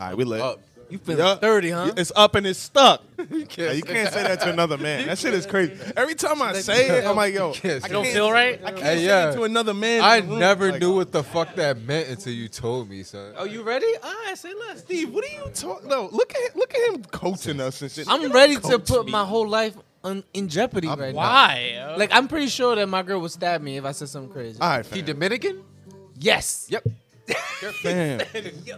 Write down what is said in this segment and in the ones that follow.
All right, we lit. Up. You feeling Yup. 30, huh? It's up and it's stuck. You can't you say can't say that to another man. That shit is crazy. Every time I say it, I'm like, yo, can't I say- Don't can't- feel right? I can't Hey, say yeah. it to another man. in I the room. never Like, uh, knew what the fuck that meant until you told me, son. Are you ready? All right, say less. Steve, what are you talking? No, look at him, look at him coaching us and shit. I'm ready to put my whole life on, in jeopardy right Why? now. Like I'm pretty sure that my girl would stab me if I said something crazy. All right, fam. He Dominican? yes. Yep. Damn.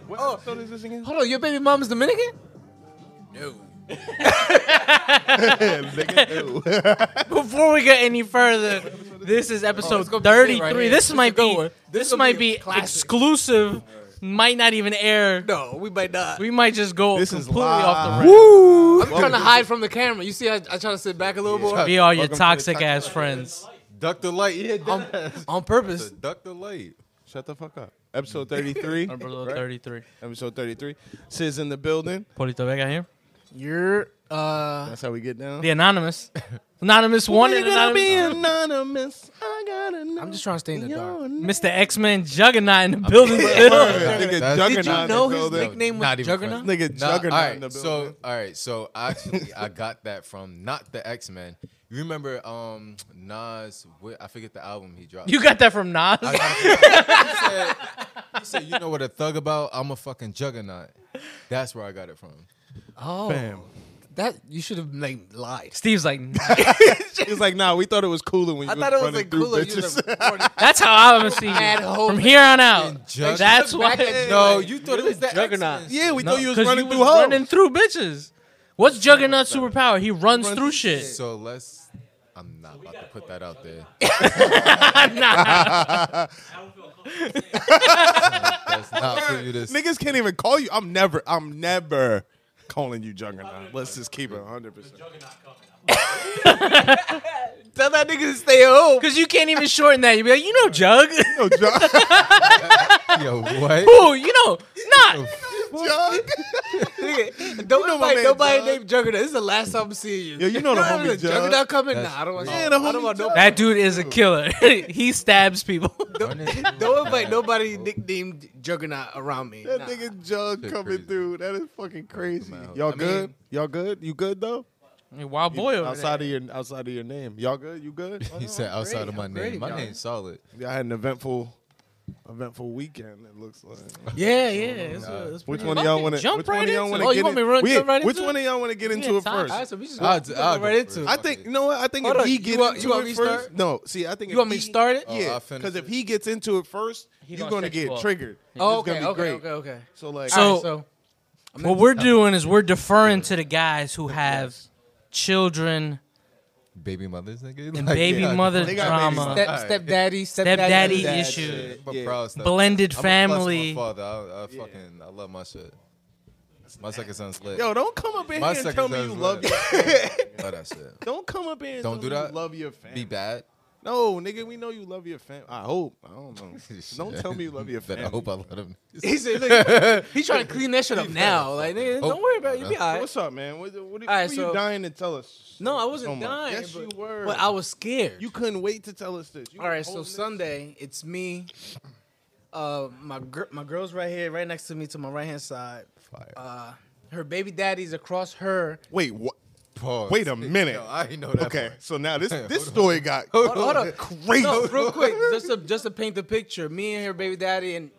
What Oh. episode is this again? Hold on, your baby mom's Dominican? Before we get any further, this Oh, is episode 33. big right here. this, This might is a good be one. This this, gonna might be be a classic. exclusive. Might not even air. No, we might not. We might just go This is completely live. off the rails. I'm trying to hide from the camera. You see, I, I try to sit back a little more Be all Welcome your to the toxic Toxic ass friends. Duck the light. Yeah, that's- on purpose. duck the light. Shut the fuck up. Episode 33. Number right? 33. Episode 33. Sis in the building. Polito Vega here. You're uh, That's how we get down. The anonymous. Anonymous one and We're gonna be anonymous. anonymous. I gotta know. I'm just trying to stay in the dark. your name. Mr. X Men Juggernaut in the building. still. Nigga, That's- Juggernaut Did you in the know his building. nickname was Not even Juggernaut? friends. Nigga, Nah, Juggernaut all right, in the building. so all right, so actually, I got that from not the X Men. You remember um Nas? What, I forget the album he dropped. You got that from Nas? I got it from- he, said, he said, "You know what a thug about? I'm a fucking juggernaut." That's where I got it from. Oh, Bam. that you should have like lied. Steve's like, "Nah." He's like, nah, we thought it was cooler when you I was thought it was running like through cooler. You bitches. was recording. that's how I'm seeing Mad you. hoe. From here on out. Juggernaut. That's Back why. at No, you thought it was the Juggernaut. X-Men. yeah, we No, thought you was 'cause running was through hoes. running through bitches. What's Juggernaut's superpower? He runs through shit. So let's. I'm not about to put that out there. That's not for you to. say. Niggas can't even call you. I'm never, I'm never calling you Juggernaut. Let's just keep it 100. percent Tell that nigga to stay home. Because you can't even shorten that. You'd be like, you know, Jug. No, Jug. Yo, what? Ooh, you know, not. Jug. Nigga, Don't my invite man, nobody Jug. named Juggernaut. This is the last time I'm seeing you. Yo, you know the homie Juggernaut. Jug. Juggernaut coming? That's- Nah, I don't want. Yeah, Yeah, the I don't homie want Jug. nobody. That dude is a killer. he stabs people. Don't invite nobody nicknamed Juggernaut around me. That Nah. nigga Jug Shit coming crazy. through. That is fucking crazy. out. Y'all I good? mean- Y'all good? You good though? Wild boy over outside there. of your outside of your name. Y'all good? You good? He said outside of my great, name. My y'all. name's solid. Y'all had an eventful eventful weekend, it looks like. Yeah, yeah. It's, uh, Oh it's Which pretty- one of y'all Fucking wanna jump which right one of y'all into wanna it. Oh, get you want me in- to run- we- jump right Which into one of y'all wanna get into Yeah, it time. first? All right, so we just I'll- go I'll go right into. it. first. I think you know what? I think Hold if on, he you gets want- you into want it me to first, start? no. See, I think You if want me he- to start it? Oh, yeah, I'll finish because if it. he gets into it first, you're gonna gonna set you get up. triggered. Oh, It's gonna okay, be okay, great. okay, okay. So like, So- All right, so What we're doing is we're deferring to the guys who have children Baby mothers, nigga. and baby yeah, mother They got baby drama, mothers. step All right. stepdaddy, Stepdaddy stepdaddy, issue. shit. I'm Yeah. proud stuff. blended I'm a plus family. one father. I, I fucking I love my shit. My second son's lit. Yo, don't come up in My here and tell me secretary's you lit. love your. Love that shit. Don't come up in. Don't do that. You love your family. Be bad. No, nigga, we know you love your family. I hope. I don't know. don't tell me you love your But family. I hope I let him. He said, look, he trying to clean that shit up now. Like, nigga, Oh. don't worry about it. You be all right. What's up, man? What, what, what right, were so- you dying to tell us? No, I wasn't much. dying. Yes, but, you were. But I was scared. You couldn't wait to tell us this. You all were right, so holding this- Sunday, it's me. Uh, my gir- my girl's right here, right next to me, to my right hand side. Fire. Uh, her baby daddy's across her. Wait, what? Pause. Wait a minute. Yo, I ain't know that. Okay, part. so now this Hold this on. story got Hold Hold on, crazy. No, real quick, just to just to paint the picture. Me and her baby daddy and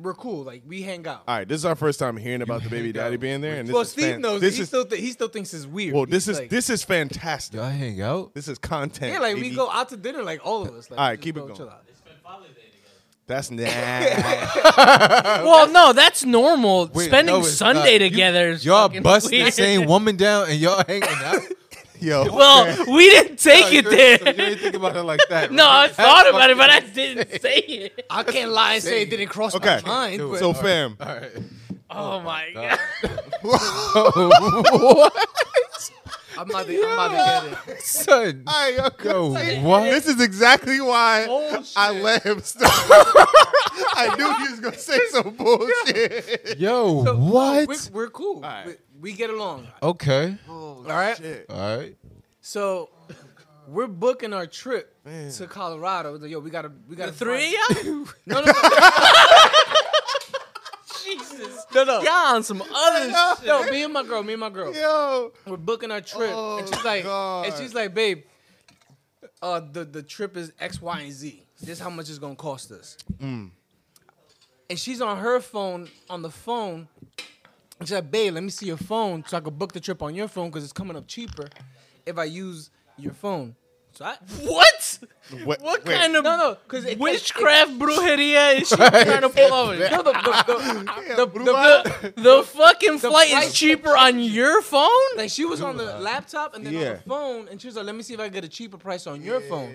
we're cool. Like we hang out. All right, this is our first time hearing about the baby hang daddy out being there, and this well, is Steve fan- knows. This he is still th- he still thinks it's weird. well, this He's is like- this is fantastic. Y'all hang out? This is content. Yeah, like we baby. go out to dinner, like all of us. Like, All right, just keep it go going. chill out. That's nah. Well, no, that's normal. Wait, Spending no, it's Sunday not. You- together is Y'all fucking bust the weird. same woman down and y'all hanging out. Yo, Well, we didn't take Yo, it you- so there. You ain't think about it like that. No, I right? thought That's about it, but I fucking- didn't say it. I can't lie and say it didn't cross Okay. my mind. Dude, but- so fam, All right. Oh my god. I'm about to, I'm about to get it. Son. All right, Yo, okay. what? This is exactly why Oh, I shit. let him stop. I knew he was gonna say some bullshit. Yo, So, no, what? we're, we're cool. right. We, we get along. Okay. All right. All right. So we're booking our trip to Colorado. We're like, Yo, we gotta we gotta The three find- of y'all? No, no, no. Jesus is no, no. y'all on some other shit. No, me and my girl, me and my girl, Yo, we're booking our trip, and she's like, Oh, God. and she's like, babe, uh, the the trip is X, Y, and Z. This is how much it's gonna cost us. Mm. And she's on her phone, on the phone. and She's like, babe, let me see your phone so I can book the trip on your phone because it's coming up cheaper if I use your phone. So I What? what, What wait. kind of no no because witchcraft brujeria is she trying to pull over? No, the, the, the, the, the, The, the fucking flight flight- is cheaper on your phone? Like she was on the laptop and then on Yeah. the phone, and she was like, "Let me see if I can get a cheaper price on your phone."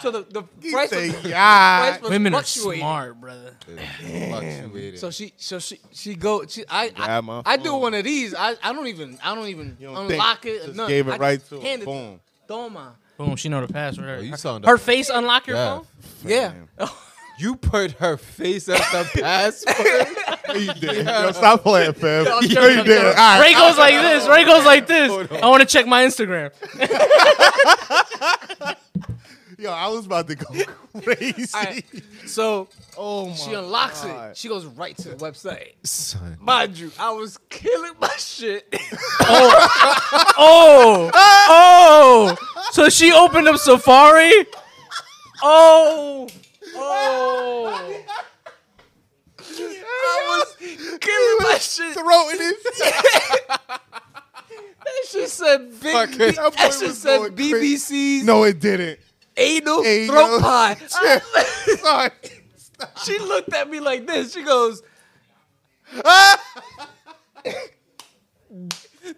So the, the He price say, was, yeah. price was Women are fluctuating. smart, brother. Fluctuated. So she so she she go she I Grab my I, I do phone. one of these. I, I don't even I don't even You don't unlock think. it. or Just nothing. gave it I right just to her. hand it Boom. Throw 'em out. Boom, she know the password. Her, Oh, you sound her face unlock your Yeah. phone? Yeah. You put her face at the passport. You did. Yo, stop playing, fam. Yo, you yo, yo, did. All right. Ray goes like this. Ray goes like this. I want to check my Instagram. Yo, I was about to go crazy. All right. So Oh my. she unlocks God. it. She goes right to the website. Son. Mind you, I was killing my shit. Oh, oh. So she opened up Safari. Oh, oh. I was killing my shit. Throwing it. That shit said big. Fuck That it. boy That shit was said going crazy. BBC's No, it didn't. anal, Anal. throat pie. Sorry. she looked at me like this. She goes, Ah,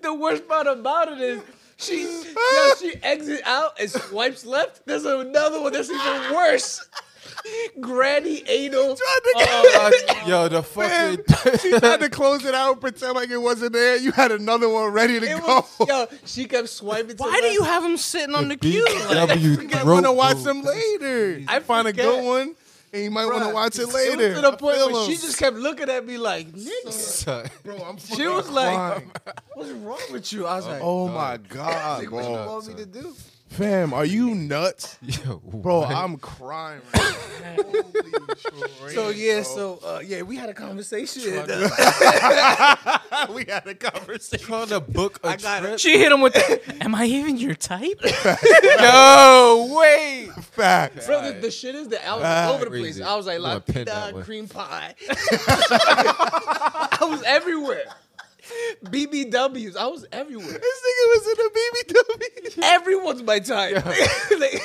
The worst part about it is she now she exits out and swipes left. There's another one that's even worse. Granny anal. Uh, Oh, yo, the fucking. she tried to close it out, pretend like it wasn't there. You had another one ready to It go. was, yo, she kept swiping. To Why do left. you have him sitting on the queue? Like, BW I want to throat watch goat. them later. I find a forget. good one, and you might want to Bruh, watch it was later. to the I point feel where she him. just kept looking at me like, "Nigga, Son. Bro, I'm she was like, "What's wrong with you?" I was like, "Oh my god, "What you bro, want me to do?" fam, are you nuts, Yo, bro? what? I'm crying." Right now. Holy So shit, bro. yeah, so uh, yeah, we had a conversation. we had a conversation. trying to book a got trip. she hit him with, the, Am I even your type? Yo, wait. Fact. Bro, the, the shit is that I was Ah, all over the place. crazy. I was like, You wanna like pin that one. cream pie. I was everywhere. BBWs. I was everywhere. This nigga was in a BBW. Everyone's my type. Like-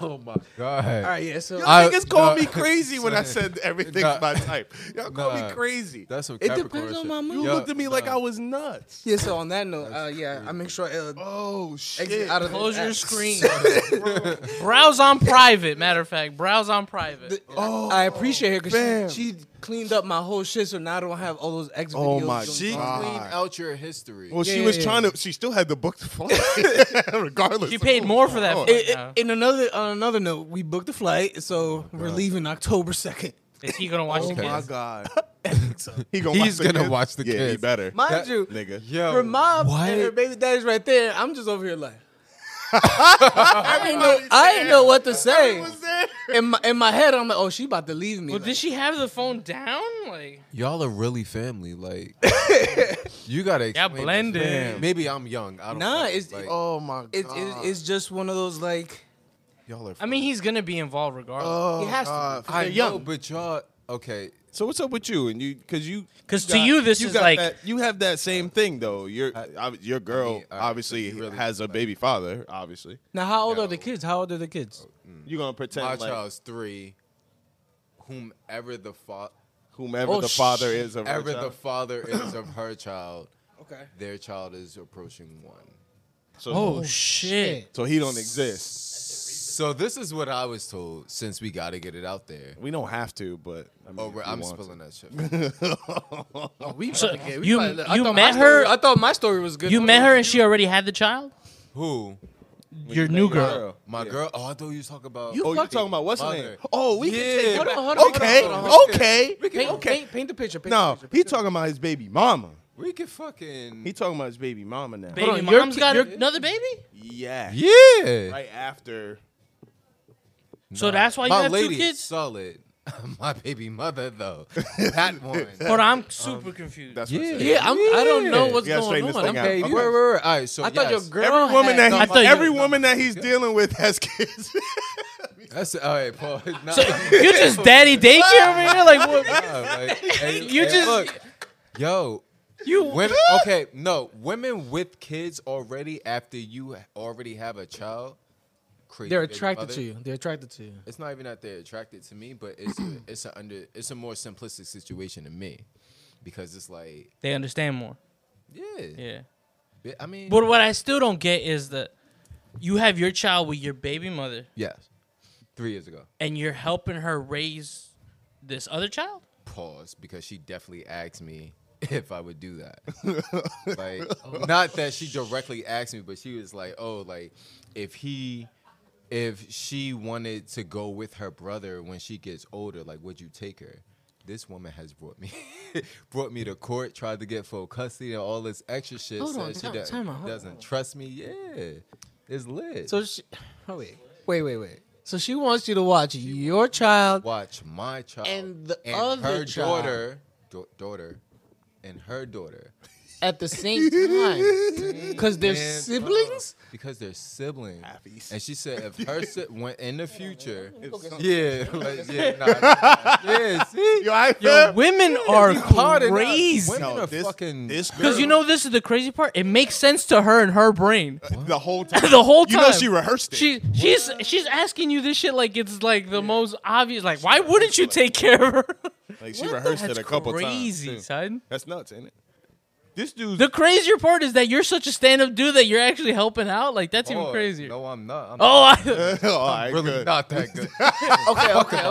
Oh my god. all right, yeah. So I- Niggas called nah. me crazy when I said everything's Nah. my type. Y'all call Nah. me crazy. That's some it Capricorn depends on shit. my mood. You Yo, looked at me like nah. I was nuts. yeah. So on that note, uh, yeah, I make sure uh, Oh shit. exit out of the Close your app. screen. browse on private. Matter of fact, browse on private. oh, I appreciate her Fam. because she, she cleaned up my whole shit, so now I don't have all those ex videos. Oh, my on- G. She on- God. cleaned out your history. Well, she Yeah, was yeah, trying to. She still had to book the flight, regardless. She of paid who more was for that on. flight. Oh, It- it- now. in another on another note, we booked the flight, Oh so we're leaving October second. Is he gonna watch Oh the my kids? god. So- He gonna He's watch the gonna kids? watch the yeah, He kids. better, Mind That- you, nigga. Yo, her mom what? and her baby daddy's right there. I'm just over here like, I didn't know, I didn't know what to say. was there. In my, in my head, I'm like, oh, she about to leave me. Well, Like, did she have the phone down? Like, Y'all are really family. Like, you gotta. Y'all explain this. blended. Man, Maybe I'm young. I don't Nah, know. it's- like, Oh my god. it's, it's it's just one of those like, Y'all are. I mean, he's gonna be involved regardless. Oh, He has to be. God. I They're know, young. but y'all. Okay, So what's up with you? And you, because you, 'Cause you to you, this is got like- that- you have that same thing though. Your ob- your girl mean, all right, obviously you really- has a baby father. Obviously, now how old are the Yo. kids? How old are the kids? you gonna pretend my like child's three. Whomever the father, whomever Oh, the father is of her ever the child. father is of her child, Okay. their child is approaching one. so, Oh, Oh, shit. so he don't exist. So this is what I was told. Since we got to get it out there, We don't have to, but I mean, oh, if we're- you I'm want to. spilling that shit. we So about to get- we you- about to- I you thought my met story- her- I thought my story was good. You met her and she already had the child. Who? Your new girl. My girl. Oh, I thought you was talking about. oh, you fucking talking about what's her name? mother. Oh, we Yeah. can take Hold that. on, hold on, hold on, okay, hold on, hold on. okay. Paint, okay. paint, paint the picture. Paint no, the picture, he paint the talking about his baby mama. we could fucking. He talking about his baby mama now. Baby Hold on, your mom's ki- got your- another baby. Yeah. yeah. Right after. So that's why you My have lady two is kids. solid. my baby mother though. That one. But um, I'm super confused. That's what I'm saying. Yeah, I'm- I don't know what's You gotta going straighten this on. thing I'm out. Okay, Okay. word, word, word. All right, so I thought your yes. girl. Every woman that had- I thought he's, you- every woman that he's dealing with has kids. That's all right, Paul. Nah, you just daddy daycare over here? Like what? nah, like, hey, You hey, just- look, yo. You Women, okay, no, women with kids already after you already have a child, crazy. They're baby attracted mother. to you. They're attracted to you. It's not even that they're attracted to me, but it's a, it's a under it's a more simplistic situation to me, because it's like They understand more. yeah, Yeah. bi- I mean, But what I still don't get is that you have your child with your baby mother yes, three years ago, and you're helping her raise this other child? pause because she definitely asked me if I would do that. like, Oh. not that she directly asked me, but she was like, "Oh, like if he, if she wanted to go with her brother when she gets older, like would you take her?" This woman has brought me, brought me to court, tried to get full custody and all this extra shit. Hold so on, she time- do- time out, hold doesn't trust me. Yeah, it's lit. So she, oh wait, wait, wait, wait. So she wants you to watch your child. watch my child And the other her child. daughter, da- daughter, and her daughter. at the same time because they're And- siblings. Because they're siblings. Appies. And she said if her si- went in the future, yeah, like, yeah, nah, yeah, see, Yo, I Yo, women are hard enough. crazy. Women are this, fucking- this girl, Because you know, this is the crazy part. It makes sense to her in her brain the whole time. the whole time. You know she rehearsed it. She she's she's asking you this shit like it's like the most obvious. Like, why wouldn't you take care of her? like she rehearsed it That's a couple crazy, times. too. son. That's nuts, ain't it? This dude's The crazier part is that you're such a stand-up dude that you're actually helping out. Like that's even Oh, crazier. No, I'm not. I'm Oh, I, oh, all right, really good. not that good. okay, okay,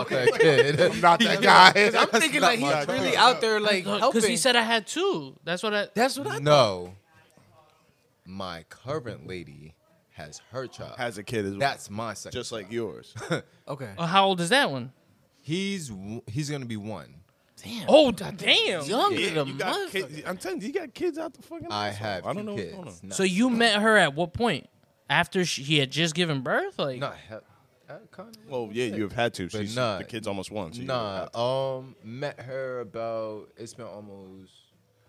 okay. Not that guy. I'm thinking not like my he's child. really out there like helping. because he said I had two. That's what I. That's what I. no, my current lady has her child. Has a kid as well. That's my second. just like yours. Okay. Oh, how old is that one? he's w- he's gonna be one. Damn. Oh, da- damn. Younger than You got motherfucker. kids- I'm telling you, you got kids out the fucking. I asshole. have. I don't two know kids. what's going on. Nah, So you met her at what point? After she, he had just given birth, like nah, he- uh, kind of. Well, yeah, you have had to. She's, nah. the kid's almost one. So you Nah, have had um, met her about. It's been almost.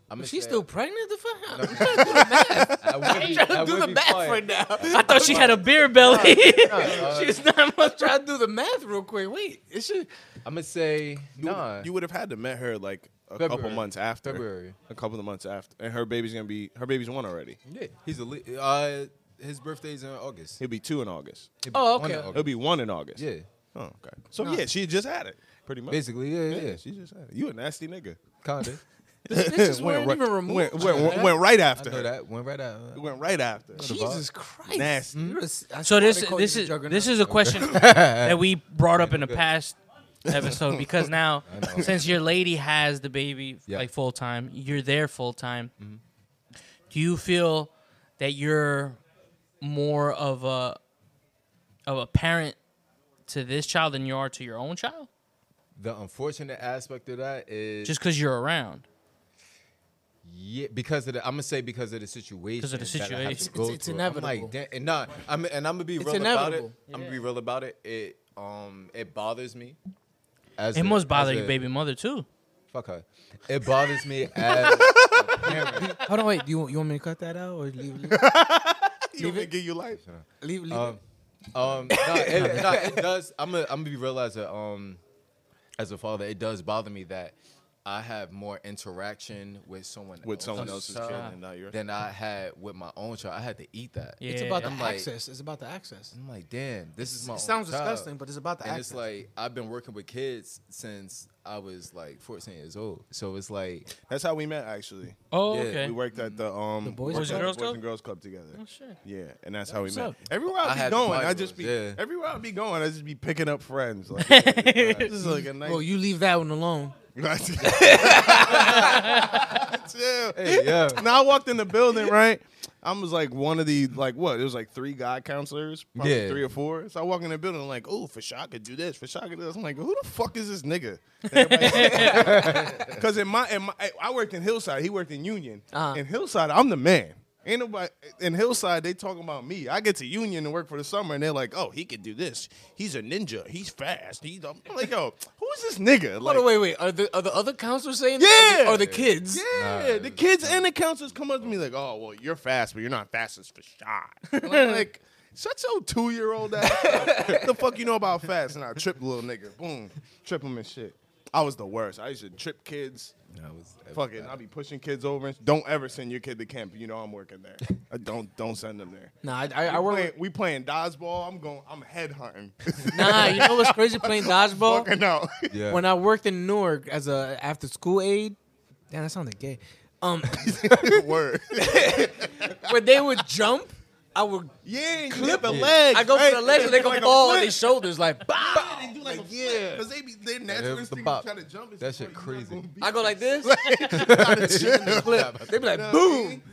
I'm She's still pregnant. The fuck? I would be, I I'm do would the be math quiet. right now. I thought she had a beer belly. She's not much. Try to do the math real quick. Wait, it should. I'm gonna say to. nah. You would have had to met her like a couple February. months after. February. A couple of months after, and her baby's gonna be her baby's one already. yeah, he's a. li- Uh, his birthday's in August. He'll be two in August. He'll be Oh, one in okay. He'll August. be one in August. Yeah, Oh, okay. So yeah, she just had it. Pretty much. basically, yeah, yeah, Yeah, she just had it. You a nasty nigga. kinda. This bitches weren't right, even removed. went, went, went, went right I after know her. that went right out. Went right after. Jesus Christ. Nasty. You're a s- I So swear this they call you this the is juggernaut. this is a question that we brought up in the Good. past episode because now know. since your lady has the baby Yeah. like full time, you're there full time. Do you feel that you're more of a of a parent to this child than you are to your own child? The unfortunate aspect of that is Just because you're around. Yeah, because of the, I'm gonna say because of the situation. Because of the that I have to situation. go It's- it's through. I'm like, inevitable. "Damn," and nah, I'm and I'm gonna be It's real about inevitable. it. I'm gonna be real about it. It um it bothers me. As It a- must bother as your a- baby mother too. Fuck her. It bothers me as a parent. Hold on, wait. Do you want, you want me to cut that out or leave? Oh, Leave, You want me to give you life? leave, leave Um, um, nah, it, nah, it does. I'm gonna I'm gonna be real as a um as a father. It does bother me that I have more interaction with someone With someone else's kid child and not yours. than I had with my own child. I had to eat that. Yeah. It's about the I'm like- access. It's about the access. I'm like, damn, this is my. It own sounds child. disgusting, but it's about the Oh, and access. it's like I've been working with kids since I was like 14 years old. So it's like, That's how we met, actually. Oh, Yeah, okay. We worked at the um Boys worked and at the Girls Boys Club? and Girls Club together. shit. Yeah, and that's how we what's met. up. Everywhere I, I be had the going, Bible, I just be yeah. everywhere I be going, I just be picking up friends. Like, like, this is like a nice. Well, you leave that one alone. Chill. hey, yeah, Now I walked in the building, right? I was like one of the like what? It was like three God counselors, probably Yeah. three or four. So I walk in the building, I'm like, oh, for sure I could do this, for sure I could do this. I'm like, who the fuck is this nigga? Because in my, in my, I worked in Hillside, he worked in Union. Uh-huh. In Hillside, I'm the man. Ain't nobody in Hillside. They talking about me. I get to Union and work for the summer, and they're like, "Oh, he can do this. He's a ninja. He's fast. He's I'm like, yo, who's this nigga? Like, Hold on, wait, wait. Are the are the other counselors saying? Yeah. Or the, or the kids? Yeah, the kids and the counselors come up to me like, "Oh, well, you're fast, but you're not fast as for shot." And I'm like, shut your two year old ass. up. the fuck you know about fast? And I trip the little nigga. Boom, trip him and shit. I was the worst. I used to trip kids. I was- I was Fuck it, bad. I be pushing kids over. and Don't ever send your kid to camp. You know I'm working there. I don't don't send them there. Nah, I, I, I work. Playing- we playing dodgeball. I'm going. I'm head hunting. Nah, you know what's crazy? Playing dodgeball. Fucking out. Yeah. When I worked in Newark as a after school aide, damn, that sounded gay. Um, Word. when they would jump, I would Yeah, you clip a them. leg. I go right? for the legs and they go Like a fall on flip. their shoulders like bah! Yeah, they do like, a Oh, yeah, because they be their natural the instinct bop. to try to jump. is That to shit fuck, you're not crazy. gonna beat I go like this, them. flip. They be like Yeah. boom.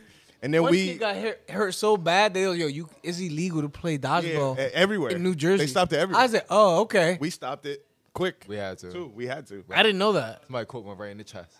And then One kid we got hurt, hurt so bad they was yo, you it's illegal to play yeah, dodgeball e- everywhere in New Jersey. They stopped it everywhere. I said, oh okay. we stopped it quick. We had to. too. We had to. I didn't know that. Somebody caught one right in the chest.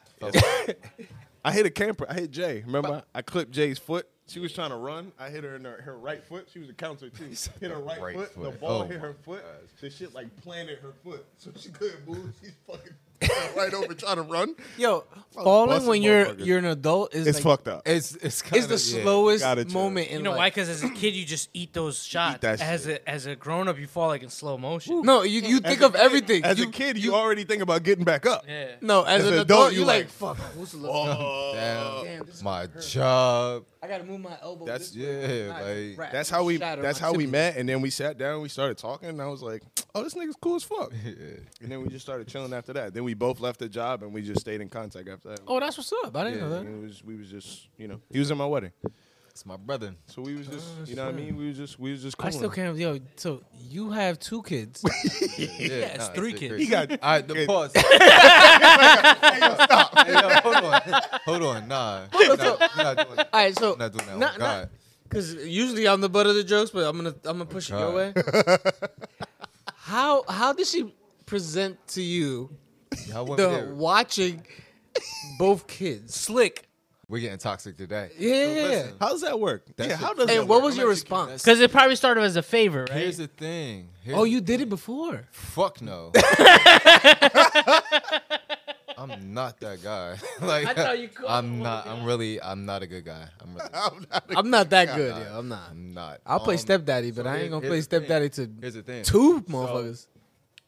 I hit a camper. I hit Jay. Remember, I, I clipped Jay's foot. She was trying to run. I hit her in her, her right foot. She was a counselor too. Hit her right, Right foot. The foot. ball Oh hit her my foot. gosh. The shit like planted her foot, so she couldn't move. She's fucking right over trying to run. Yo, was falling busting when you're motherfuckers. you're an adult is It's like, fucked up. it's it's kind It's the slowest Gotta chill. moment in You know why? life. Because as a kid, you just eat those shots. that as shit. a as a grown up, you fall like in slow motion. No, you, you think a of everything. As you, a kid, you, already think about getting back up. Yeah. No, as, an, adult, you like, fuck. Who's Oh, Damn, Damn, this my job. I gotta move my elbow. That's- this way. yeah, Nah, like- it's rat- That's how we. shatter That's my how we tibia. met, and then we sat down. We started talking, and I was like, "Oh, this nigga's cool as fuck." And then we just started chilling after that. Then we both left the job, and we just stayed in contact after that. Oh, that's what's up. I didn't Yeah, know And that. it was, we was just, you know, he was in my wedding, It's my brother. so we was just, you know what I mean? We was just, we was just. Cool Oh, I still can't. Yo, so you have two kids. Yeah, it's nah, three shit kids. crazy. He got. All right, the Kid. pause. Hey, yo, hold on, hold on, nah. We're not, we're not doing that. All right, so We're not doing that. Not- oh, God. because usually I'm the butt of the jokes, but I'm gonna I'm gonna push it your way. God. How how did she present to you Y'all want me the there. watching both kids? Slick. We're getting toxic today. Yeah. listen, How does that work? That yeah, shit- how does And that what work? was I'm your actually curious. response? Because it probably started as a favor, right? Here's the thing. Here's Oh, the- you did it before. fuck no. I'm not that guy. like I thought you could. I'm not. I'm really. I'm not a good guy. I'm really. I'm not that good. Yeah, I'm not. I'm not. I'll play Um, stepdaddy, but I ain't gonna play here's the thing. stepdaddy to Here's the thing. two So, motherfuckers.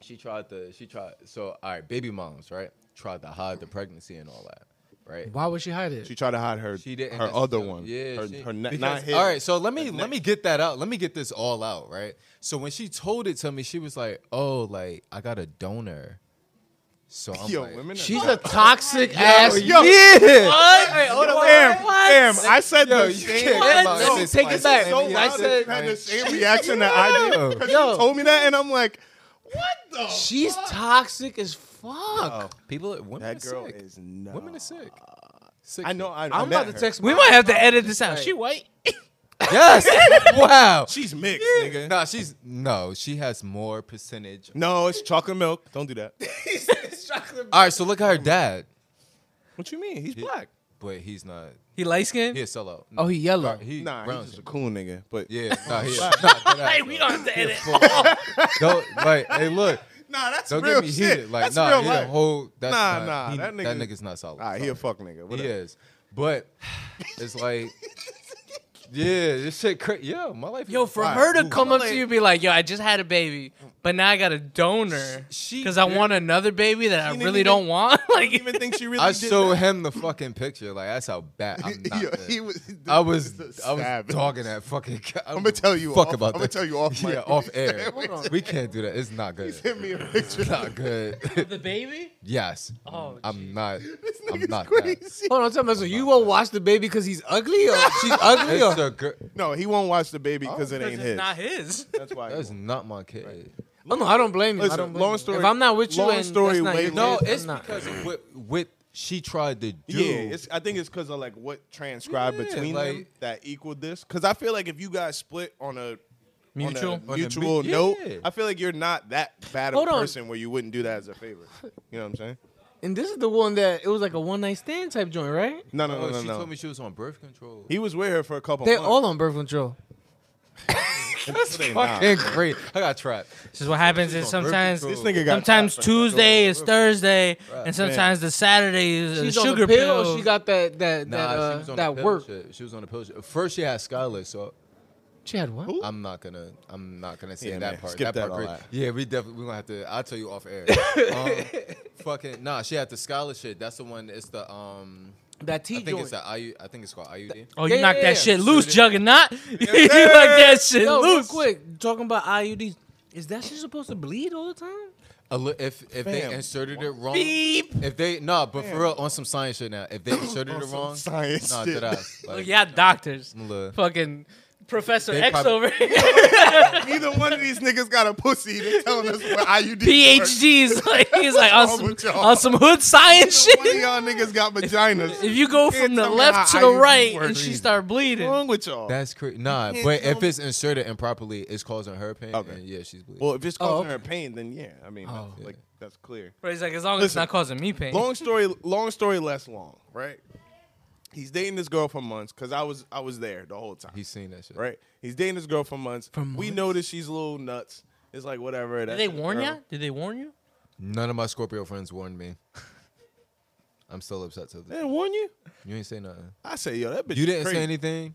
she tried to. She tried. So all right, baby moms, right? Tried to hide the pregnancy and all that, right? Why would she hide it? She tried to hide her. She didn't. Her necessarily- other one. Yeah. Her, she- her ne- not because- his. All right. So let me let me get that out. Let me get this all out. Right. So when she told it to me, she was like, "Oh, like I got a donor." So I'm Yo, like, women. are- She's a toxic ass. yo. Yeah. Damn, damn, I said Yo, the you same can't thing. come out Listen, and say take spicy it back. shit. so I loud I said- had the same reaction that I did. 'cause you Yo. told me that, and I'm like, what the? She's toxic as fuck. People, women That are girl sick. is not. Women are sick. sick I know. I, I I'm met about to her. text. we my- might have to edit this out. Right. She white. Yes. wow. She's mixed, nigga. Nah, she's no. She has more percentage. No, it's chocolate milk. Don't do that. All right. So look at her dad, What you mean? He's He- black. but he's not. He light skinned. He a sellout. Oh, he yellow. Nah, he Nah, brown he's just a skin. cool nigga. But Yeah. Nah, he. nah, dead ass, Hey, we don't have to edit. Don't like, hey, look, nah, that's don't real get me shit. heated. Like, that's nah, real he life. a whole. That's Nah, not, nah, he- that nigga- nigga's not solid. All right, he a fuck nigga. he Whatever. is, but it's like, yeah, this shit. Cra- yeah, my life. Yo, is for fire. her to Ooh, come my up to you and be like, yo, I just had a baby, but now I got a donor She- because I want another baby that I didn't really even- don't want. I like, don't even think she really. I did showed that. him the fucking picture. Like that's how bad I'm not. Yo, good. he was. I was this is a I was savage. dogging that fucking. Guy. I'm I'ma tell you Fuck off- about I'ma that. tell you off mic. Yeah, off air. We can't do that. It's not good. Send me a picture. It's not good. the baby? yes. Oh, I'm not. This I'm nigga's not. That. crazy. Hold on, tell me. So you won't watch the baby because he's ugly, or she's ugly, It's or a girl. No, he won't watch the baby Oh. because it 'Cause ain't it's his. not his. That's why. he That's won't. not my kid. oh, no, I don't blame you. I Listen, don't blame long you. story- If I'm not with you, long and story that's not way your No, No, kid, I'm it's not. because of what, what she tried to do. Yeah, it's, I think it's because of like what transcribed Yeah, between them like- that equaled this. Because I feel like if you guys split on a on a Mutual? On a mutual mu- note, yeah. I feel like you're not that bad of Hold a on. person where you wouldn't do that as a favor. You know what I'm saying? And this is the one that it was like a one night stand type joint, right? No, no, no, oh, no, she no. told me she was on birth control. he was with her for a couple. They're months. all on birth control. This ain't not. Fucking great. I got trapped. This is what happens is on birth sometimes control. This nigga got sometimes trapped. Tuesday is Thursday and man. sometimes the Saturday is She's a on sugar the pill. pill. She got that that Nah, that, she uh, was on that the pill work. shit. She was on the pill. Shit. First, she had Skylar, so She had what? Who? I'm not gonna. I'm not gonna say Yeah, that man, part. skip that part. all out. Yeah, we definitely. We gonna have to. I'll tell you off air. um, fucking nah. She had the Skylar shit. That's the one. It's the um. That T I think joint. it's the IU. I think it's called IUD. oh, you Yeah, knocked yeah, that yeah. shit loose, juggernaut. you knocked that shit Yo, real loose. quick, talking about IUDs. Is that shit supposed to bleed all the time? A li- if Fam, if they inserted it wrong, Beep. if they nah, but for real, on some science shit now. If they inserted it wrong, science nah, shit. Oh, dead ass. Like, Look, yeah, doctors. look. Fucking Professor They X probably- over here. Neither one of these niggas got a pussy. They telling us what IUD. PhDs. Like, he's like on wrong with some, y'all? on some hood science Neither one of shit. y'all niggas got vaginas. If you go from Can't the tell me left to how the IUD right work. and she start bleeding. What's wrong with y'all? That's crazy. Nah, can't but tell if it's inserted improperly, it's causing her pain. Okay. And yeah, she's bleeding. well, if it's Oh, causing okay. her pain, then yeah. I mean, Oh. that's, like that's clear. But he's like, as long as it's Listen, not causing me pain. Long story, long story less long. Right? He's dating this girl for months because I was I was there the whole time. He's seen that shit. right? He's dating this girl for months. For We months? notice she's a little nuts. It's like whatever. Did they warn you? Did they warn you? None of my Scorpio friends warned me. I'm still upset to They this. didn't warn you? You ain't say nothing. I say, yo, that bitch. You is didn't crazy. say anything.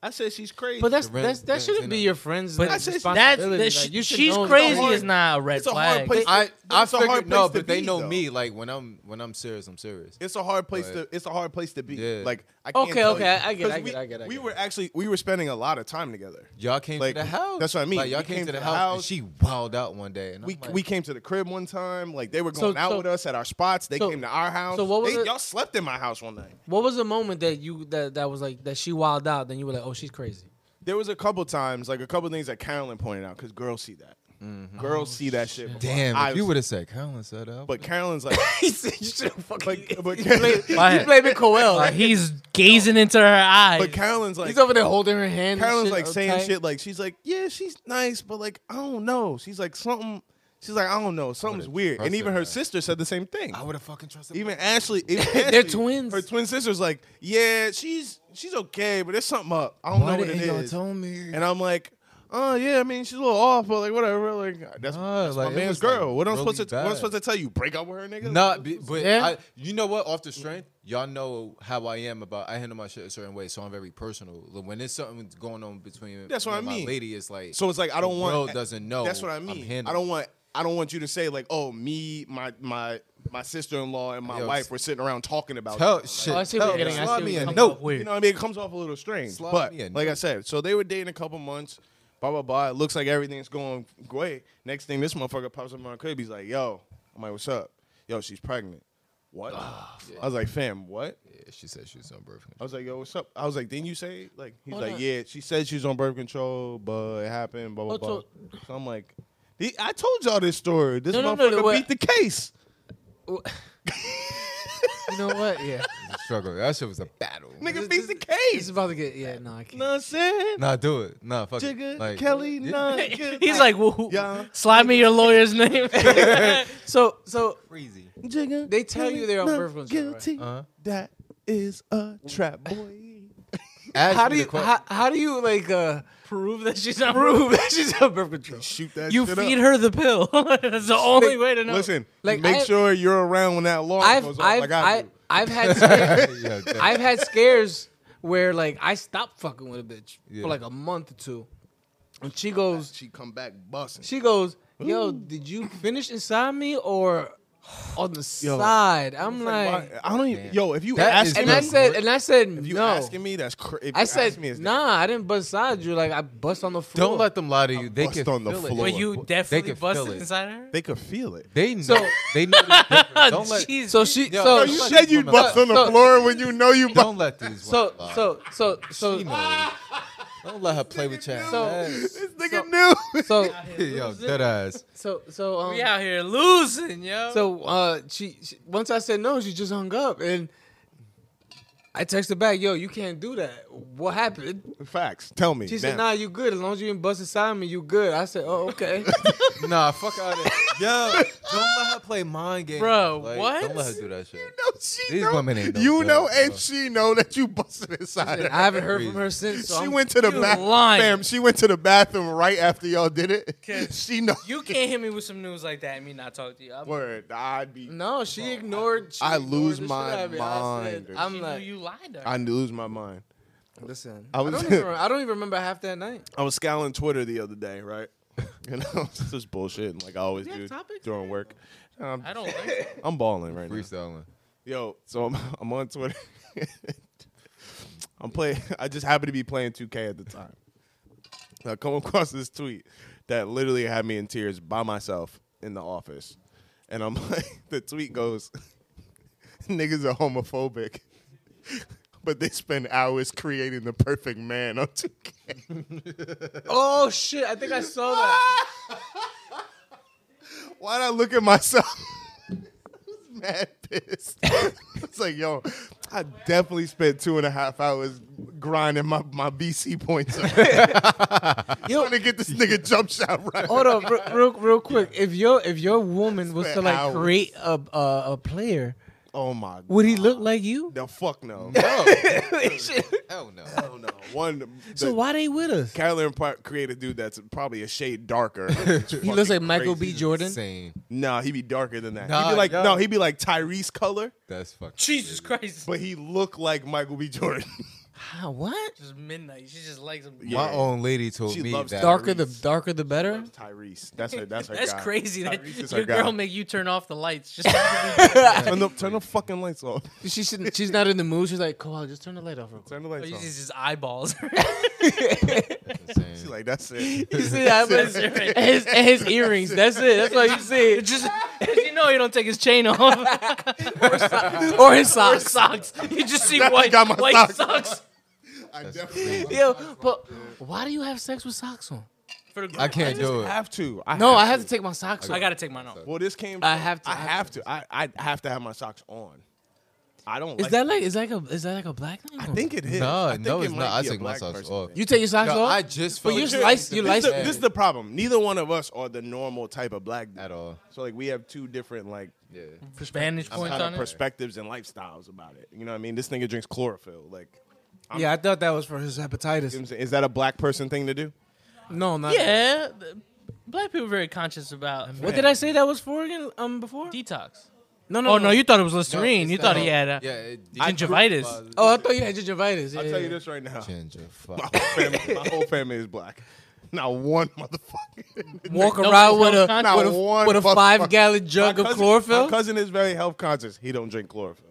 I said she's crazy. But that's The rent- that's that rent shouldn't ain't be up. your friends. But I said- that's That's that sh- she's crazy hard- is not a red it's a hard flag. place. I I It's a hard figured no, place to but they be, know though. me. Like when I'm when I'm serious, I'm serious. it's a hard place Right. to. It's a hard place to be. Yeah. Like I can't Okay, tell okay, you. I- I get it, 'Cause I get we- it, I get it, I We get were it. actually we were spending a lot of time together. Y'all came Like, to the house. that's what I mean. Like, y'all We came, to the, house. and she wowed out one day. And We, I'm like, we came to the crib one time. Like they were So- going out so- with us at our spots. They so- came to our house. so what was They- it- Y'all slept in my house one night. What was the moment that you that that was like that she wilded out? Then you were like, oh, she's crazy. There was a couple times, like a couple things that Carolyn pointed out, because girls see that. Girls see that shit. before damn. I if you see would have said Colin set up. But Carolyn's like, he said you should have fucking. but, but, Why? blame it Coel. Like, he's gazing into her eyes. but Carolyn's like, He's over there holding her hand. and Carolyn's shit, like saying okay? shit like she's like, yeah, she's nice, but like I don't know. She's like something. She's like I don't know. Something's would've weird. And trusted even her her. sister said the same thing. I would have fucking trusted. Even Ashley, even They're Ashley, twins. Her twin sister's like, yeah, she's she's okay, but there's something up. I don't Why know what it didn't y'all is. tell me? And I'm like, oh yeah, I mean she's a little off, but like whatever. Like that's, Nah, that's like, my it man's was, like, girl. what I'm really supposed to what I'm bad. supposed to tell you? Break up with her, nigga. Not, be, but Yeah. I, you know what? Off the strength, y'all know how I am about. I handle my shit a certain way, so I'm very personal. Like, When there's something going on between That's me what and I mean. my lady, it's like So it's like I don't the want. world doesn't know. That's what I I'm mean. I handling don't it. want. I don't want you to say like, oh, me, my my my sister in law and my Yo, wife it's- were sitting around talking about. Tell it. Like, shit. Oh, I see what tell you're getting at. I see slide what me you're a getting at. note. You know what I mean? It comes off a little strange. Slide but me a like I note. said, so they were dating a couple months. Blah blah blah. It looks like everything's going great. Next thing, this motherfucker pops up on my crib. He's like, "Yo," I'm like, "What's up?" "Yo, she's pregnant." What? I was like, "Fam, what?" Yeah, she said she was on birth I control. was like, "Yo, what's up?" I was like, "Didn't you say like?" He's Hold like, on. "Yeah." She said she's on birth control, but it happened. Blah blah Oh, blah. So I'm like, "The- "I told y'all this story. This No, no, no, motherfucker no, what- beat the case." You know what? Yeah. It was a struggle. That shit was a battle. Nigga this- beat the This is case. about to get. Yeah, no, I can't. Know what I'm saying? Nah, do it. Nah, fuck Jigga, it. Like, Kelly, yeah. nah. he's like, woo, Yeah. slide me your lawyer's name. So so Crazy. Jigga, They tell Kelly, you they're on nah, birth control, right? Guilty. Uh-huh. That is a trap, boy. Ask how me do the you que- how, how do you like uh Prove that she's not prove that she's on birth control? Shoot that. You shit feed up. her the pill. That's the only way to know. Listen, Like, make I've- sure you're around when that law I've goes off I've like I I, do. I've had scares, Yeah, that- I've had scares where like I stopped fucking with a bitch Yeah. for like a month or two, and she goes She come back busting. she goes, yo, did you finish inside me or on the side? I'm like, Why- I don't even. Damn. Yo, if you That ask is me, and I the said and I said if you no. asking me, that's cra- if I you said, ask me, it's nah, I didn't bust side you. Like I bust on the floor. Don't let them lie to you. They bust can on the feel it. floor. But you they definitely can busted feel it. inside her. They could feel it. They know. So- they know. the difference. Don't let. Jesus. So she, Yo, so yo, you she- said you bust on the so- floor when you know you Don't let these. so, women lie. so, so, so, She knows. Don't let her play with your Nigga ass. This nigga knew. so, Yo, dead ass. so, so, um, we out here losing, yo. So, uh, she, she, once I said no, she just hung up, and I texted back, yo, you can't do that. What happened? Facts. Tell me. She said, now. nah, you good. As long as you didn't bust inside me, you good. I said, oh, okay. Nah, fuck out of it. Yo, don't let her play mind games. Bro, Like, what? Don't let her do that shit. No, she These know, women ain't no You good, know, bro. and she know that you busted inside. her. I haven't heard from her since. So she I'm- went to the you bathroom. lying. Fam, she went to the bathroom right after y'all did it. 'Cause She know. You can't hit me with some news like that and me not talk to you. I'm, Word. I'd be. No, she ignored. She I ignored lose the shit my out of me. I mind. said- she I'm knew like, you lied to her. I lose my mind. listen. I I, was- don't even, remember- I don't even remember half that night. I was scouring Twitter the other day, right? And I was just bullshitting like I always we have do topics? during work. Um, I'm, I don't think so. I'm balling right now. Freestyling. Yo, so I'm, I'm on Twitter. I'm playing. I just happened to be playing 2K at the time. I come across this tweet that literally had me in tears by myself in the office, and I'm like, the tweet goes, "Niggas are homophobic, but they spend hours creating the perfect man on 2K." Oh shit! I think I saw that. Why'd I look at myself? I was Mad pissed. it's like, yo, I definitely spent two and a half hours grinding my, my BC points. up. Yo, trying to get this nigga jump shot right. hold on, re- real, real quick. If your if your woman was to Spent like hours. create a uh, a player, Oh my god. would he look like you? No, fuck no. Oh. Hell no. no, no. One. The, So why they with us? Carolyn Park created a dude that's probably a shade darker. He looks like Michael B. Jordan. Insane. Nah, he be darker than that. Nah, he'd be like yo. no, he'd be like Tyrese color, That's fucking. Jesus Christ. but he looked like Michael B. Jordan. How, what? Just midnight. She just likes him. Yeah. My own lady told She me loves that. Darker the darker the better. Tyrese. That's her. That's her. That's guy. crazy. That Tyrese is her your guy. girl make you turn off the lights. Just or turn the turn the fucking lights off. She shouldn't, she's not in the mood. She's like, Kawhi, just turn the light off real quick. Oh, Turn the lights you off. just his eyeballs. She's Insane. like, that's it. You see that? That's But- right. and his, and his earrings. That's it. That's all you see. just 'cause you know he don't take his chain off Or his or socks. socks. You just see Definitely white got my white socks. socks. I definitely Yo, but why do you have sex with socks on? for the I girl. can't do it. have to. I No, have I have to take my socks off. I gotta take mine off. Well, this came. I have to- I I have have to. I, I have to have my socks on. I don't. Is like that like is that like a is that like a black thing? I think it is. No, I think no, it it's might not. I be a take my black socks person off. thing. you take your socks No, off. I just But felt you're like- lic- you're This, is the, lic- this is the problem. Neither one of us are the normal type of black dude. at all. So like we have two different like Yeah. Vantage point kind on of it. perspectives and lifestyles about it. You know what I mean? This nigga drinks chlorophyll. Like, yeah, I thought that was for his you know what I'm hepatitis. saying? is that a black person thing to do? No, not Yeah, the- black people are very conscious about What did I say that was for again? Um, before? detox. No, no. Oh no. no, you thought it was No, Listerine. it's you thought not- he had uh, yeah, it- gingivitis. Oh, I thought you had gingivitis. Yeah, I'll tell you yeah. this right now. Ginger. Fuck. My whole family, my whole family is black. Not one motherfucker. Walk Nobody's around with health a conscious. with Not a, one with a motherfucker. five gallon My jug of cousin- chlorophyll. My cousin is very health conscious. He don't drink chlorophyll.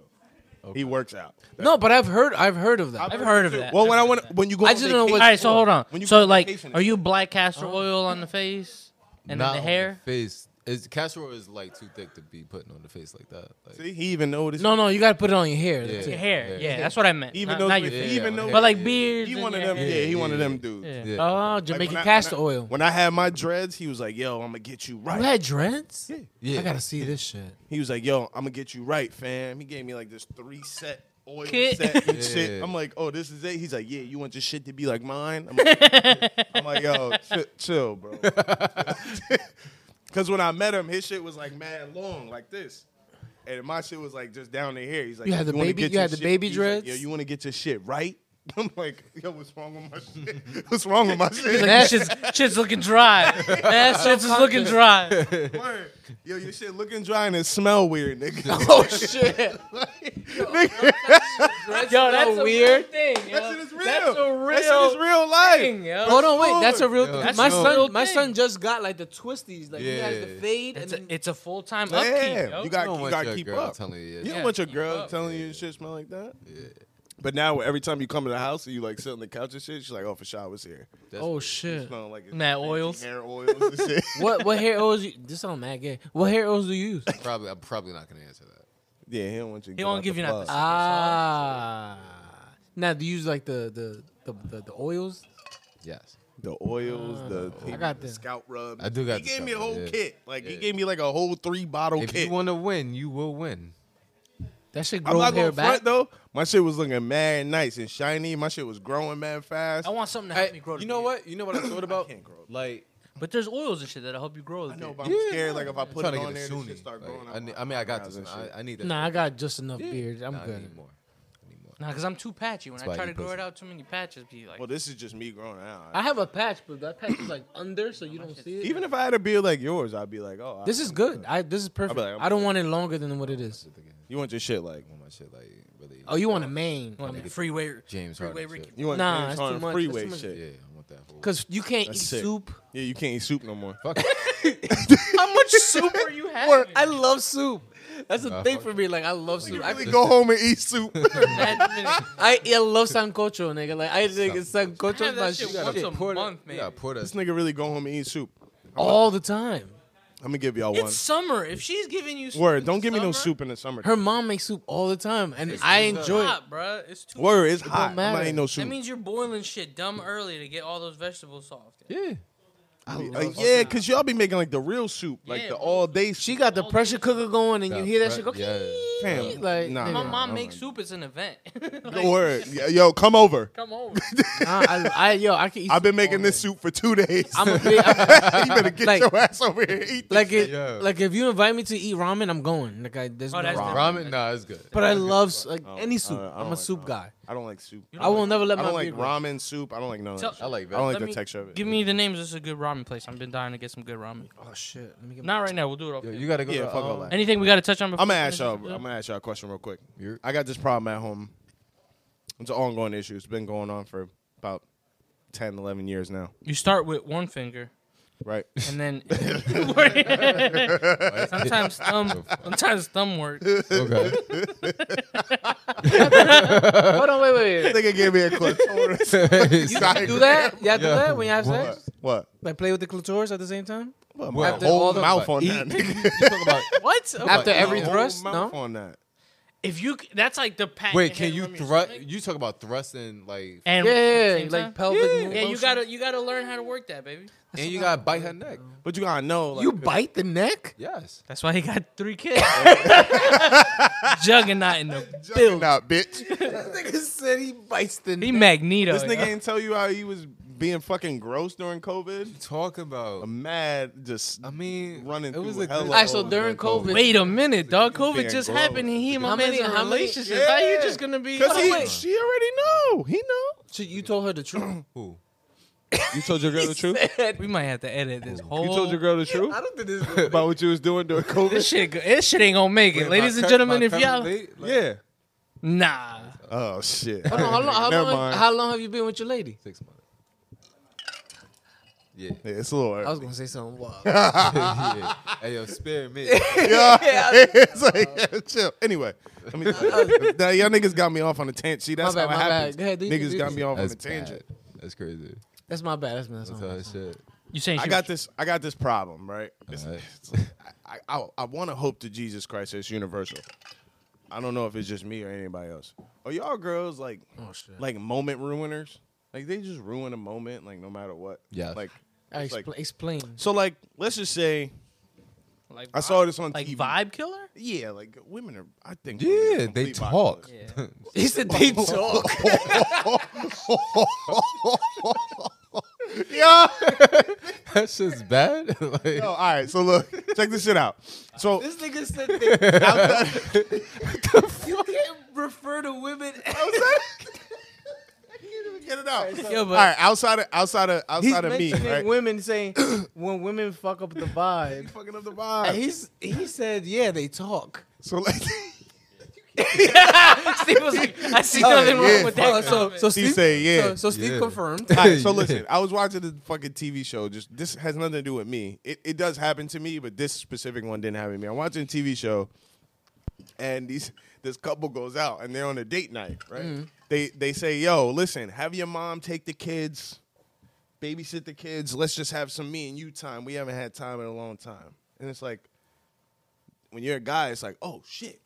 He works out. No, but I've heard I've heard of that. I've heard of too. that. Well, when I I've heard went, of that. when you go, I on just don't know vacation- what- All right, so hold on. When you go So on like, vacation, are you black castor oil on the face and Not then on the hair? face. Is casserole is like too thick to be putting on the face like that. Like, See, he even noticed. No, no, you got to put it on your hair. That's Yeah. Your it. hair. Yeah. Yeah, that's what I meant. Even Even though, not, not your yeah, face. even though, yeah. But like beard. he one of them. Yeah, he one of them dudes. Yeah. Yeah. Oh, Like, Jamaican when I- castor when I- oil. When I had my dreads, he was like, "Yo, I'm gonna get you You right." had dreads? yeah. I gotta see this shit. He was like, "Yo, I'm gonna get you right, fam." He gave me like this three set oil Kit. set and Yeah. shit. I'm like, "Oh, this is it." He's like, "Yeah, you want your shit to be like mine?" I'm like, I'm like "Yo, chill, chill bro." Because when I met him, his shit was like mad long, like this. And my shit was like just down to here. He's like, You had the wanna baby- get you your had the shit- baby he's like, dreads? Yo, you want to get your shit right? I'm like, yo, what's wrong with my shit? What's wrong with my shit? That shit's, shit's looking dry. That shit's is looking dry. Word. Yo, your shit looking dry and it smell weird, nigga. Oh shit! Yo, that's a weird. weird thing. Yo. That shit is real. That's a That shit is real real life. thing. Yo. Hold on, wait. That's a real. Yo, thing. that's my a son, real my thing. son just got like the twisties. Like he has the Yeah. fade. It's and a, it's a full time Yeah, upkeep. Yo. you got You don't you want got to your keep girl up. telling you, yeah. You don't Yeah, want your keep girl up. telling you and shit smell like that. But now every time you come to the house and you like sit on the couch and shit, she's like, "Oh, for sure, was here." That's oh weird. shit! Smelling like Mad oils. hair oils and shit. What what hair oils? You, this on mad gay. What hair oils do you use? Probably, I'm probably not gonna answer that. yeah, he don't want you. He won't give you not the nothing. Ah. Now do you use like the the the, the, the oils? Yes. The oils, Uh, the I got the that. scalp rub. I do got He the gave me a scalp whole rub, yeah. kit. Like he Yeah. gave me like a whole three bottle If kit. you want to win, you will win. That shit I'm grow not hair going back. front though. My shit was looking mad nice and shiny. My shit was growing mad fast. I want something to help me I, grow. the you know beard. what? You know what I thought about? can't grow. Like But there's oils and shit that'll help you grow. The I know, beard. but I'm scared. Like if I put trying it to get on a there, the Sunni. shit start Like, growing. I, I'm need, like, I mean, I got eyebrows this. and one. shit. I, I need that. Nah, I got just enough Yeah. beard. I'm Nah, I good. need more. I need more. Nah, cause I'm too patchy. When why I try you to grow it pussy. out, too many patches be like. Well, this is just me growing out. I have a patch, but that patch is like under, so you don't see it. Even if I had a beard like yours, I'd be like, oh, I- this is good. I this is perfect. like, I'm I don't want it longer than what it is. you want your shit like I want my shit like really. Oh, you want a mane? Well, I mean, freeway. James freeway Harden Ricky. shit. you want Nah, James that's Harden too much. freeway That's too shit. Yeah, I want that. Whole, Cause you can't That's eat sick. soup. Yeah, you can't eat soup no more. fuck. it. How much soup are you having? Or I love soup. That's the Nah, thing fuck for me. Like I love soup. I, Really go home and eat soup. That minute. I, I love sancocho, nigga. Like I think it's I sancocho have my that shit shit. once a Pour month, that- man. Yeah, pour this that. nigga really go home and eat soup. all the time. I'm gonna give y'all It's summer. If she's giving you one. Word, soup in don't give me no summer, soup in the summer. Her mom makes soup all the time, and I it's enjoy it. hot, bro. It's too. Word, it's hot. I'm matter. not eating no soup. That means you're boiling shit dumb early to get all those vegetables soft. Yeah. I be- like, yeah, cause y'all be making like the real soup, like Yeah, the bro. all day. She She got the pressure cooker going, and you hear that Nah, shit go. yeah. Fam, like, nah, Yeah, nigga. My mom I'm makes like- soup. It's an event. Like, word, Yeah, yo, come over. Come over. Nah, I, I, yo, I can eat. I've been soup making all this day. soup for two days. I'm a big, I'm- you better get Like- your ass over here and eat. like it, Yeah. like if you invite me to eat ramen, I'm going. Like I, there's Oh, no that's wrong. different. Ramen, nah, it's good. But I love s- like don't- any Oh, I soup. don't- I I'm don't a like soup ramen. guy. I don't like soup. I will never let I my don't like beard grow. ramen soup. I don't like none of Tell- that. shit. I like I don't that. like Let the me- texture of it. Give me the names. This is a good ramen place. I've been dying to get some good ramen. Oh shit! Let me get Not right now. We'll do it off. Yo, camera. you gotta go. Yeah, to, fuck all um, that. Anything we got to touch on before? I'm gonna we ask finish y'all. I'm this episode? gonna ask y'all a question real quick. You're- I got this problem at home. It's an ongoing issue. It's been going on for about 10, 11 years now. You start with one finger, Right? and then sometimes thumb, sometimes thumb work. Okay. Hold on, wait, wait, I wait. think it gave me a clitoris. You do that? Yeah, do Yeah. that when you have What? sex. What? Like play with the clitoris at the same time. What? What? My After whole all the- mouth on Eat- that. nigga. You talking about- What? After like, every My whole thrust, mouth no. on that. If you, c- that's like the pat. Wait, your can head you from your thrust? stomach You talk about thrusting like, And Yeah, at yeah, the yeah. same like time? pelvic. Yeah. Yeah, you motion. gotta you gotta learn how to work that, baby. and you gotta bite her neck. But you gotta know. Like, uh, You bite the neck. Yes. That's why he got three kids. Juggernaut in the Build out, bitch. This nigga said he bites the he Magneto. this nigga yo. ain't tell you how he was being fucking gross during COVID. Talk about. I'm mad, just I mean, running it was through a hella good- Alright, so during COVID- Wait a minute, dog. Being COVID just gross. happened, and he and my How man's many- in a how many- relationship. How you Yeah. just gonna be? Cause Oh, he, wait. she already know. He know. So you told her the truth. Who? You told your girl the truth. we might have to edit this whole. You told your girl the truth I don't think this. about what you was doing during COVID. This shit, go- this shit ain't gonna make it, ladies and gentlemen. If y'all, yeah. nah, Oh shit. Hold on, how long, how, Never long, mind. how long have you been with your lady? Six months. Yeah. Yeah, it's a little. I was gonna say something wild. yeah. Hey, yo, spare me. yeah, it's like yeah, chill. Anyway, I mean, now y'all niggas got me off on a tangent. See, that's My bad, how it my bad. happens. Go ahead, do you- do niggas you- got me off That's on a tangent. bad. That's crazy. That's my bad. That's Oh, my That's bad. all shit. you saying she I got this. I got this problem, right? It's- Alright. it's- I, I, I want to hope to Jesus Christ it's universal. I don't know if it's just me or anybody else. Are y'all girls like, Oh shit. like moment ruiners? Like they just ruin a moment, like no matter what. Yes. Like, I it's like- expl- explain. so like, let's just say like I saw this on like TV. vibe killer. Yeah, like women are. I think. women are Yeah, they complete vibe talk. killers. He said they talk. Yeah. that shit's bad. like, Yo, all right. So look, check this shit out. So this nigga said they. you can't refer to women. get it out. Yo, all but right, outside of outside of he's outside of me, mentioning right? women saying when women fuck up the vibe. Fucking up the And vibe. he's he said yeah they talk. So like, Steve was like, I see Oh, nothing Oh, yeah. wrong with that. so so Steve Steve say, yeah. So, so Steve Yeah. confirmed. all right, so Yeah. listen, I was watching the fucking TV show. Just this has nothing to do with me. It it does happen to me, but this specific one didn't happen to me. I'm watching a TV show, and these this couple goes out and they're on a date night, right? Mm-hmm. They they say, "Yo, listen, have your mom take the kids, babysit the kids. Let's just have some me and you time. We haven't had time in a long time." And it's like, when you're a guy, it's like, "Oh shit."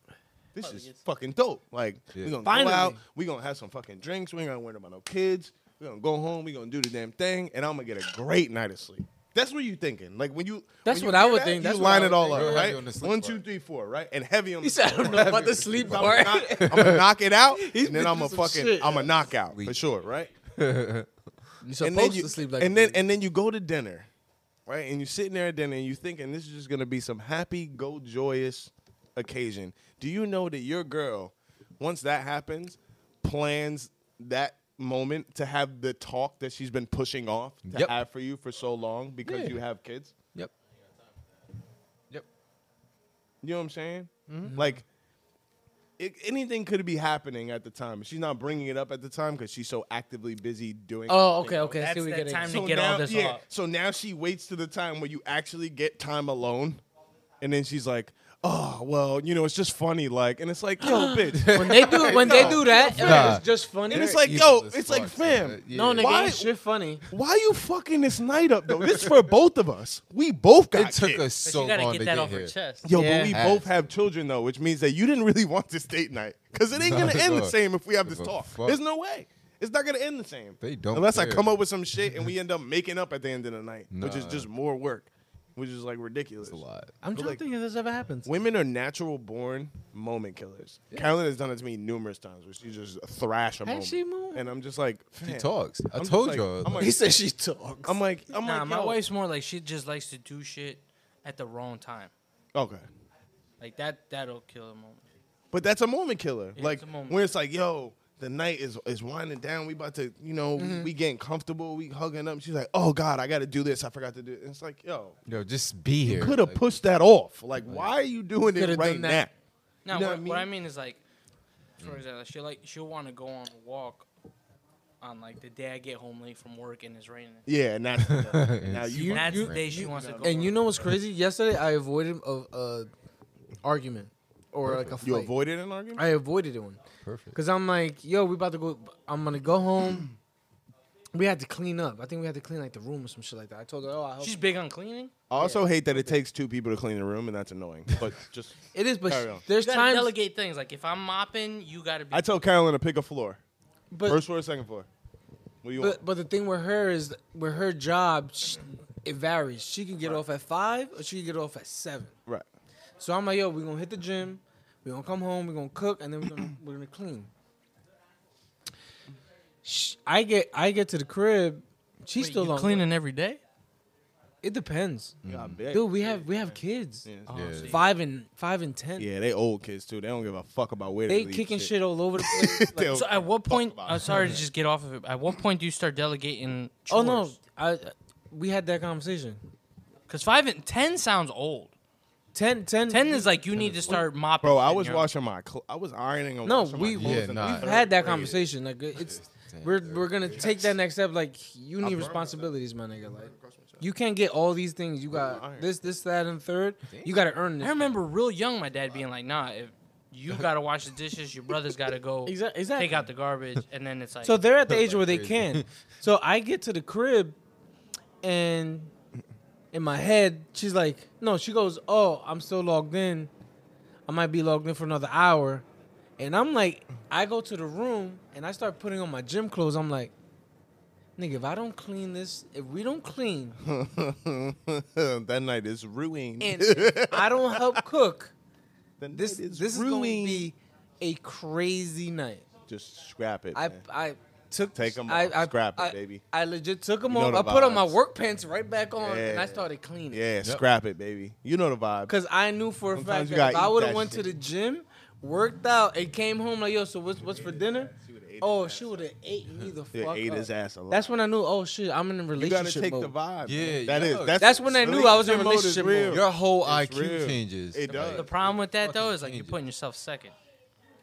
This is fucking dope. Like Yeah. we're gonna Finally. go out, we're gonna have some fucking drinks, we ain't gonna worry about no kids, we're gonna go home, we're gonna do the damn thing, and I'm gonna get a great night of sleep. That's what you thinking. Like when you. That's when you what I hear would that, think. You That's what line I it would all think. up, Heavy on the right? sleep One, part. two, three, four, right? And heavy on. He the said, I don't know about the sleep part. I'm gonna knock it out, and then been I'm a through some fucking. shit. I'm a knockout We- for sure, right? You're and then supposed you to sleep like and a then baby. and then you go to dinner, right? And you're sitting there at dinner and you're thinking this is just gonna be some happy go joyous occasion. Do you know that your girl, once that happens, plans that moment to have the talk that she's been pushing off to Yep. have for you for so long because Yeah. you have kids? Yep. Yep. You know what I'm saying? Like. It, anything could be happening at the time. She's not bringing it up at the time because she's so actively busy doing. Oh, okay, okay. I That's see what that you're getting. time at. to get all this off. So now she waits to the time where you actually get time alone, and then she's like, "Oh, well, you know, it's just funny." Like, and it's like, "Yo, bitch," When they do when they do that, Nah. it's just funny. and it's like, Evil "Yo, as it's like, fuck, fam, son. Yeah. no, nigga, Why- ain't shit funny. why you fucking this night up though? This for both of us. We both got It took kids. us But so you gotta long get to that get off here. her chest. Yo, Yeah. but we Has both to. have children though, which means that you didn't really want this date night because it ain't gonna Not at end the all. same if we have this Give a talk. fuck. There's no way. It's not gonna end the same. They don't unless I care. come up with some shit and we end up making up at the end of the night, which is Nah. just more work, which is like ridiculous. A lot. I'm But trying like- to think if this ever happens. Women are natural born moment killers. Carolyn has done it to me numerous times where she just thrash a moment. she moved? And I'm just like, She "Fam." talks. I I'm just told like- y'all. I'm like, like, He said she talks. I'm like, I'm Nah, like, my yo. wife's more like she just likes to do shit at the wrong time. Okay. Like that, that'll kill a moment. But that's a moment killer. Yeah, like, it's a moment. where it's like, yo, the night is, is winding down. We about to, you know, Mm-hmm. we, we getting comfortable. We hugging up. She's like, oh, God, I got to do this. I forgot to do it. And it's like, yo, yo, just be here. could have Like, pushed that off. Like, why are you doing Coulda it right done now? that. No, You know what, what I what I mean? mean is like, for example, she like she'll want to go on a walk on like the day I get home late from work and it's raining. Yeah, and that's now It's- you. You- That's the day she wants to go. And on. you know what's crazy? Yesterday I avoided a, a argument or like a fight. you avoided an argument? I avoided one Perfect. because I'm like, yo, we about to go. I'm gonna go home. we had to clean up. I think we had to clean like the room or some shit like that. I told her, oh, I hope she's big on cleaning. I also hate that it takes two people to clean the room, and that's annoying. But just, it is, but Carry sh- on. there's You gotta times. delegate things. Like if I'm mopping, you gotta be. I tell Carolyn to pick a floor. but First floor, second floor. What do you But want? but the thing with her is with her job, sh it varies. She can get off at five or she can get off at seven. Right. So I'm like, yo, we're gonna hit the gym, we're gonna come home, we're gonna cook, and then we're gonna we're gonna clean. Sh- I get I get to the crib, she's Wait, still you on. cleaning every day. It depends, God, they- Mm-hmm. dude. We have we have kids, Yeah. Oh, Yeah. so you- five and five and ten. Yeah, they old kids too. They don't give a fuck about where They leave kicking shit. all over the place. They Like, don't So at what fuck point? about I'm it. sorry to just get off of it. At what point do you start delegating? oh no, chores? I we had that conversation. Because five and ten sounds old. 10, 10 Ten is like you need to start mopping. Bro, shit I in was your- washing my. Cl- I was ironing. And No, washing we- my clothes Yeah, in the nah. third We've had that grade. conversation. Like it's Damn, we're third we're gonna take that next step. Like you need responsibilities, my nigga. Like you can't get all these things. You got this, this, that, and third. You gotta earn I this. remember real young, my dad being like, "Nah, if you gotta wash the dishes, your brother's gotta go Exac- take exactly. out the garbage," and then it's like, So they're at the age Like where they crazy. can. So I get to the crib, and in my head, she's like, "No." She goes, "Oh, I'm still logged in. I might be logged in for another hour." And I'm like, I go to the room and I start putting on my gym clothes. I'm like, nigga, if I don't clean this, if we don't clean, that night is ruined. and I don't help cook, That this night this is gonna be a crazy night. Just scrap it. I man. I took Take 'em I, off, I, scrap it, I- baby. I legit took them You know off. the I put on my vibes. work pants right back on, and I Yeah. started cleaning. yeah, scrap it, baby. You know the vibe. Cause I knew for a Sometimes you fact that if gotta I eat would have that went to shit. the gym, worked out, and came home like, yo, so what's what's for dinner? Oh, she would have ate me the Yeah, fuck ate up. his ass alive. That's when I knew. Oh shit, I'm in a you gotta relationship take mode. the vibe. Yeah, that yo. is. That's, That's when I knew I was in a mode is relationship real. mode. Your whole It's IQ real. changes. It does. the problem with that though Fucking is like you're changes. putting yourself second.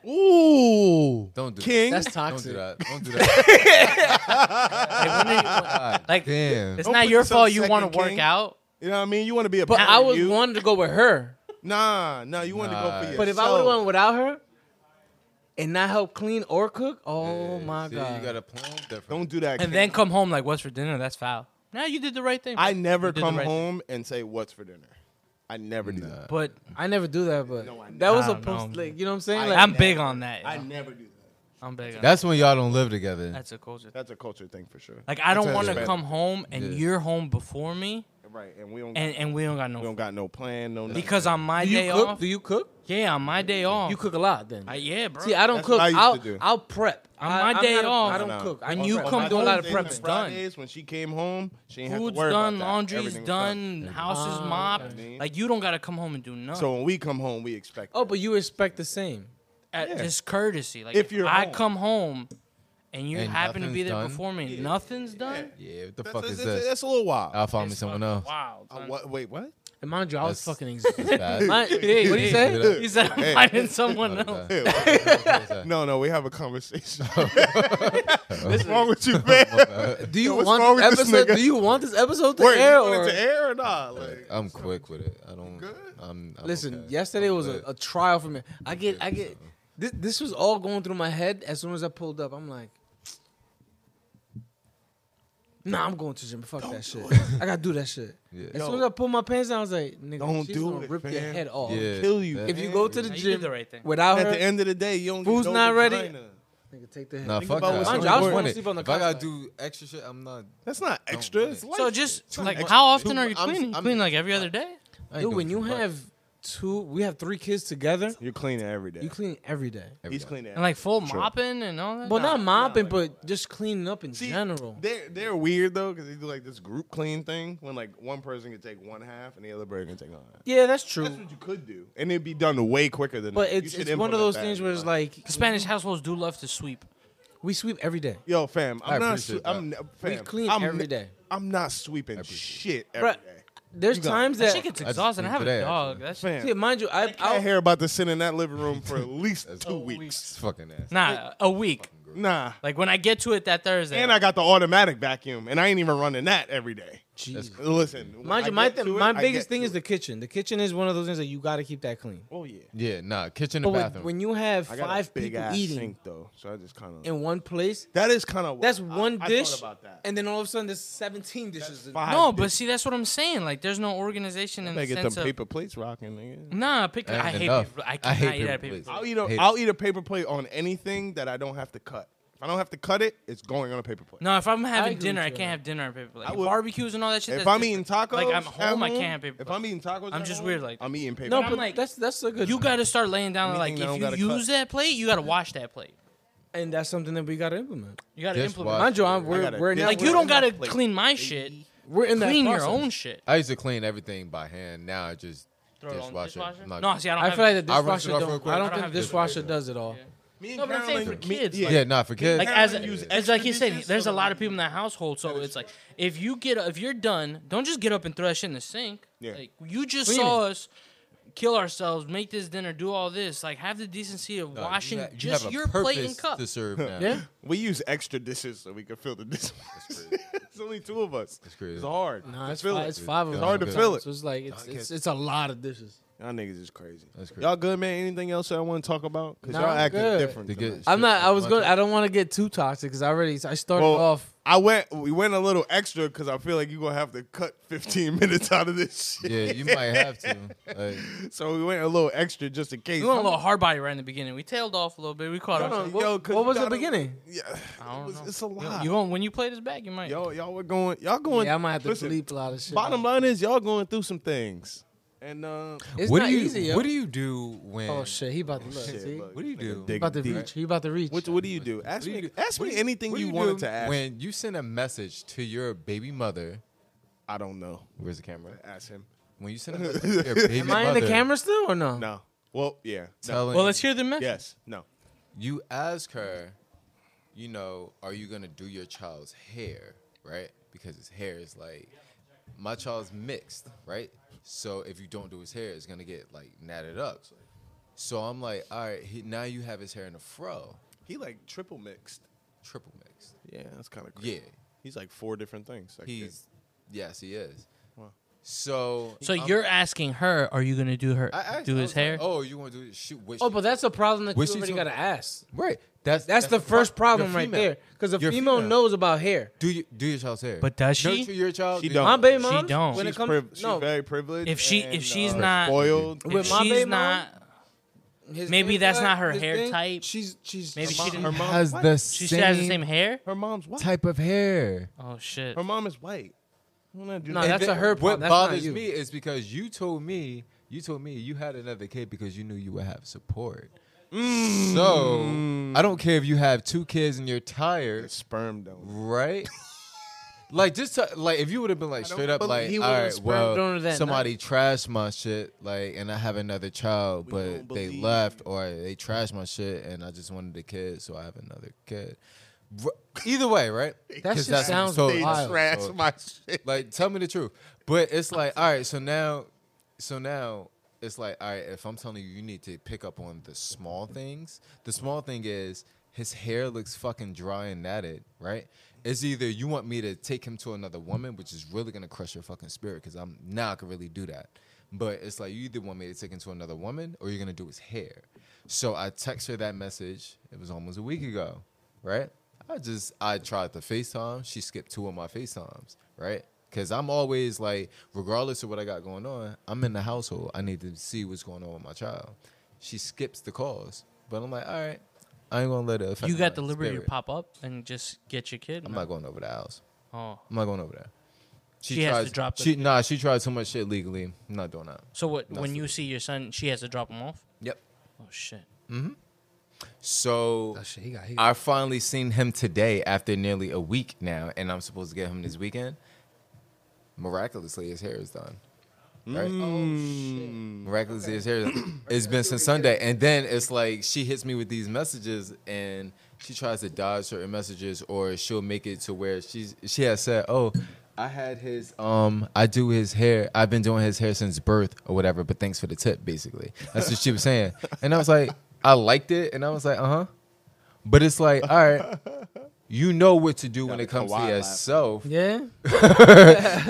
Ooh. Don't do King. That's that. Don't toxic. do that. Don't do that. Like, when are you- God like, damn. it's Don't not put your yourself fault. You want to second, work King. out. You know what I mean? You want to be a But better I was you. wanting to go with her. Nah, nah. You wanted to go for Nah. yourself. But if I would have went without her and not help clean or cook, oh my See, god. You got to plan different. don't do that. and King. then come home like, "What's for dinner?" That's foul. Now you did the right thing. I bro. never You did the come right thing. home and say what's for dinner. I never do that. but I never do that, but No, I- that was a I don't know, post man. like you know what I'm saying? I- like, I'm big on that. I you know? never do that. I'm big on that. That's when y'all don't live together. That's a culture. That's a culture thing for sure. Like I don't a- want it's to bad. come home and Yeah. you're home before me. right, and we don't and and we don't got no we don't got no plan, no nothing. because on my Do you day cook? off, Do you cook? yeah, on my day off, Oh. You cook a lot then. Uh, I, yeah, bro. See, I don't That's cook. what I used I'll, to do. I'll prep. On I- my I'm day not a- off- I don't No. cook. I When don't you prep. come I do a lot of Thursdays and prep's done. Fridays, When she came home, she ain't have Food's to worry done, about that. laundry's Everything was done, house is Ah, mopped. okay. Like you don't gotta come home and do nothing. So when we come home, we expect. Oh, that. but you expect the same. At yeah. just courtesy. Like If if you're I home. come home and you And happen to nothing's be there done? before me, nothing's done. Yeah, what the that's, fuck that's- is that's- this? Uh, that's a little wild. I'll find me It's someone fucking else. Wild. Uh, son. what, wait, what? And mind you, I was That's- fucking That's exhausted. bad. My- Look Hey, What'd he hey, say? look at that. He said, I'm finding someone at else. that. No, no, we have a conversation. What's wrong with you, man? Do you what's wrong want with this this episode? nigga? Do you want this episode to Wait, you air? want or- it to air or not? Like, I'm quick with it. I don't. Good? I'm, I'm Listen, okay. yesterday I'm was a, good. a trial for me. I get, I good, get. This, this was all going through my head as soon as I pulled up. I'm like, Nah, I'm going to the gym. Fuck that shit. I gotta do that shit. Yeah. As Yo. soon as I pulled my pants down, I was like, Nigga, Don't she's do gonna it, rip your fam. head off. Yeah. kill you. That- If you go to the Nah, you gym did the right thing. without at her, the end of the day, you don't. Food's get no not ready. vagina. nigga, take the hit. Nah, Think fuck about that. what's I'm on your just board. winning. Sleep on the If I couch, gotta like- do extra shit, I'm not. That's not extra. do It's it. life. So just Too like much. how often Too are you much. I'm- cleaning? You I'm- clean like every other uh, day? I ain't Dude, doing when too you much. have two, we have three kids together. you're cleaning every day. You clean every day. Every He's day. cleaning. And like full Sure. mopping and all that? Well, Nah. not mopping, nah, but just cleaning up in See, general. They're they're weird though because they do like this group clean thing when like one person can take one half and the other person can take one half. yeah, that's true. That's what you could do, and it'd be done way quicker than. But that. You it's, should it's one of implement those that things in where your it's life. like Spanish households do love to sweep. we sweep every day. yo, fam, I'm I not. appreciate swe- I'm ne- fam, We clean I'm every ne- day. I'm not sweeping shit every Bruh, day. There's You got it. times That that, shit gets just exhausting. I cleaned have a today, dog. actually. That's Fam, See, mind you, I, I I'll, hear about to sit in that living room for at least two weeks. It's fucking ass. nah, a week. Nah. Like when I get to it that Thursday. And I got the automatic vacuum, and I ain't even running that every day. Jeez. Listen, when mind I you, my get th- to it, my I get biggest thing to is the it. kitchen. The kitchen is one of those things that you got to keep that clean. Oh yeah, Yeah, nah. Kitchen But and when, bathroom. when you have I got five a big people ass eating sink though, so I just kind of. in one place, That is kind of. that's one I, dish, I thought about that. and then all of a sudden there's 17 dishes. in- five no, dishes. but see, that's what I'm saying. Like, there's no organization in They the get sense them of paper plates rocking, nigga. nah. Pick, I Ain't hate enough. paper. I I hate cannot eat paper out of paper. plates. plates. I'll eat a Hate will eat a paper plate on anything that I don't have to cut. If I don't have to cut it, it's going on a paper plate. No, if I'm agree having with dinner, I you on can't that. have dinner on paper plate. I would- Barbecues and all that shit. if that's I'm eating different. tacos, like I'm at home, I can't have paper. If plates. I'm eating tacos, I'm at just home, weird like that. I'm eating paper. No, I'm plates. but like- that's that's a good. you got to start laying down. Like Anything that don't if gotta you cut. use that plate, you got to wash that plate. and that's something that we got to implement. You got to Just implement. wash Mind you, I'm, I we're gotta we're dig now, Like Like, you we're don't in got- gotta that plate, clean my shit. We're in that Clean your process. own shit. I used to clean everything by hand. Now I just Throw it on the dishwash it. dishwasher. I'm not- No, see, I don't. I have feel like the it. I rinse dishwasher it off don't. real quick. I I don't don't think have the dishwasher dishwasher. does it all. Me and No, but I'm saying for Carolyn- me- kids, yeah. yeah, nah. For kids, like Yeah, as I use as like he extra said, dishes there's so a that lot I of people in that household. So it's like if you get if you're done, don't just get up and throw that shit in the sink. Yeah. Like you just Clean saw us kill ourselves, make this dinner, do all this. Like have the decency of nah, you washing ha- you just have a your plate and purpose cup. to serve. Now. Yeah. We use extra dishes so we can fill the dishes. it's only two of us. It's crazy. It's hard. Nah, to it's fill five, it. it's five of It's them. hard to fill it. So it's like it's, it's it's a lot of dishes. Y'all niggas is crazy. That's crazy. Y'all good, man? Anything else y'all want to talk about? Because Nah, y'all I'm acting good. different. They tonight. get- I'm not. I was Much going. of- I don't want to get too toxic because I already I started Well, off. I went. We went a little extra because I feel like you're gonna have to cut 15 minutes out of this shit. Yeah, you might have to. Like, So we went a little extra just in case. We went a little hard body right in the beginning. We tailed off a little bit. We caught Hold up. on, yo, 'cause what you was the gotta- beginning? Yeah, I don't it was- know. it's a lot. You going when you play this back, you might. Yo, y'all were going. Y'all going. yeah, I might have to listen, bleep a lot of shit. Bottom line is y'all going through some things, and uh, it's what not do you easy. yo. What do you do when? Oh shit, he about to look. shit, see? look, What do you nigga, do? dig He about to deep. reach. He about to reach. What, what do you do? Ask What do me. you do? Ask What me do you- anything what do you, you wanted do to ask. When you send a message to your baby mother, I don't know. where's the camera? Ask him. When you send a message to your baby Am mother, I in the camera still or no? No. Well, yeah. No. Telling Well, let's hear the message. Yes. No. you ask her, you know, are you gonna do your child's hair, right? Because his hair is like my child's mixed, right? So if you don't do his hair, it's gonna get like natted up. So I'm like, all right, he, now you have his hair in a fro, He like triple mixed. triple mixed. Yeah, that's kind of crazy. Yeah, He's like four different things. that kid. he's yes, he is. Wow. So So I'm- you're asking her, are you gonna do her I asked- do I his was like, hair? oh, you want to do shoot? Which Oh, but that's a problem that Which you already is- gotta ask. right. That's That's, the, pro- first you're problem right female. there because a You're female, female. knows about hair. Do you do your child's hair? But does she? Nurture your child. She do- don't. My baby She mom. don't. When she's it comes, priv- she's no, very privileged. If she- and, if she's uh, not- spoiled, If With she's my baby mom, not his maybe hair that's cut, not her his hair type. She's she's Maybe her she mom- didn't- mom has is white. the she same has the same hair? Her mom's white. type of hair. Oh shit. Her mom is white. No, No, that's And a her then problem. What That's not bothers you. me is because you told me you told me you had another kid because you knew you would have support. Mm. So I don't care if you have two kids and you're tired, sperm donor. right? like just to- like if you would have been like straight up believe like he all would've right sperm donor well that somebody trashed my shit like and I have another child don't but they believe left or they trashed my shit and I just wanted a kid so I have another kid. R- Either way, right? 'Cause shit that's- sounds so- They wild. trash so- my shit. like, tell me the truth. But it's like, all right, so now, so now it's like, all right, if I'm telling you, you need to pick up on the small things. The small thing is his hair looks fucking dry and natted, right? It's either you want me to take him to another woman, which is really gonna crush your fucking spirit, because I'm now I can really do that. But it's like you either want me to take him to another woman, or you're gonna do his hair. So I text her that message. It was almost a week ago, right? I just I tried the FaceTime. She skipped two of my FaceTimes, right? Because I'm always like, regardless of what I got going on, I'm in the household. I need to see what's going on with my child. She skips the calls, but I'm like, all right, I ain't gonna let it affect. You got the my liberty to spirit. pop up and just get your kid. I'm No. not going over the house. oh, I'm not going over there. She has to drop the She nah. She tried so much shit legally. I'm not doing that. so what? That's when the- you see your son, she has to drop him off. Yep. Oh shit. So Oh, That shit, he got. He got. I finally seen him today after nearly a week now, and I'm supposed to get him this weekend. Miraculously, his hair is done. Right? Miraculously, his hair. It's been since Sunday, and then it's like she hits me with these messages, and she tries to dodge certain messages, or she'll make it to where she's she has said, "Oh, I had his um, I do his hair. I've been doing his hair since birth, or whatever." But thanks for the tip, basically. That's what she was saying, and I was like, I liked it, and I was like, uh huh. But it's like, all right, you know what to do when the it comes to Kawhi laugh. yourself. yeah.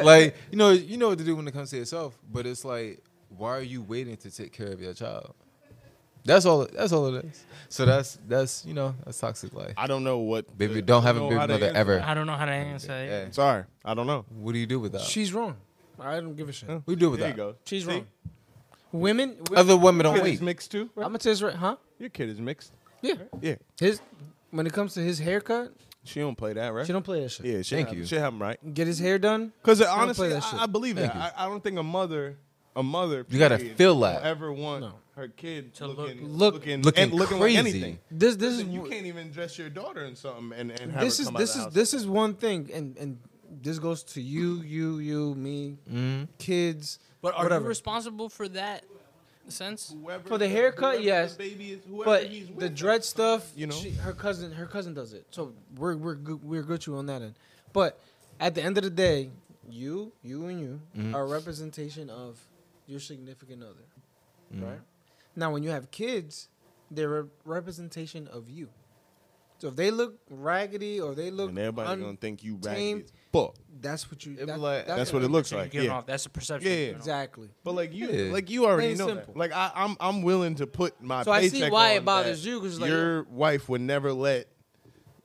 like, you know, you know what to do when it comes to yourself. But it's like, why are you waiting to take care of your child? That's all. That's all it is. So that's that's you know that's toxic life. I don't know what. Baby, don't have a know baby how to mother answer ever. I don't know how to answer that. Yeah. Sorry, I don't know. What do you do with that? She's wrong. I don't give a shit. What do you do with There that? you go. She's Oh. See? wrong. Women. women Other women Your don't kid wait. is mixed too. I'm Right? gonna tell you this right, huh? Your kid is mixed. Yeah. Yeah, His when it comes to his haircut, she don't play that, right? she don't play that shit. Yeah, she Thank have, you. She have him right. Get his hair done. Because play honestly, that shit. I, I believe that. Thank I, I don't think a mother, a mother, You gotta period, feel that. will Ever want No. her kid to look- looking, look- looking, looking and looking like crazy. anything? This this is You can't even dress your daughter in something and, and have this her is come out this of is the house. this is one thing, and and this goes to you, you, you, me, kids. But are whatever. you responsible for that sense? Whoever for the the- haircut, whoever yes, the baby is, whoever But he's the uh, with. dread stuff, You know? she, her cousin, her cousin does it. So we're we're good, we're good to you on that end. But at the end of the day, you, you, and you Mm-hmm. are a representation of your significant other, Mm-hmm. right? Now, when you have kids, they're a representation of you. So if they look raggedy or they look, and everybody un- gonna think you tame. raggedy as fuck. that's what you. It that- was like- That's what it looks You're like. giving Yeah. off- That's the perception. Yeah, you're yeah. giving off. Exactly. But like you, Yeah. like you already Plain know simple. that. Like I, I'm, I'm willing to put my. So I see paycheck why it on bothers that you, 'cause it's like- your wife would never let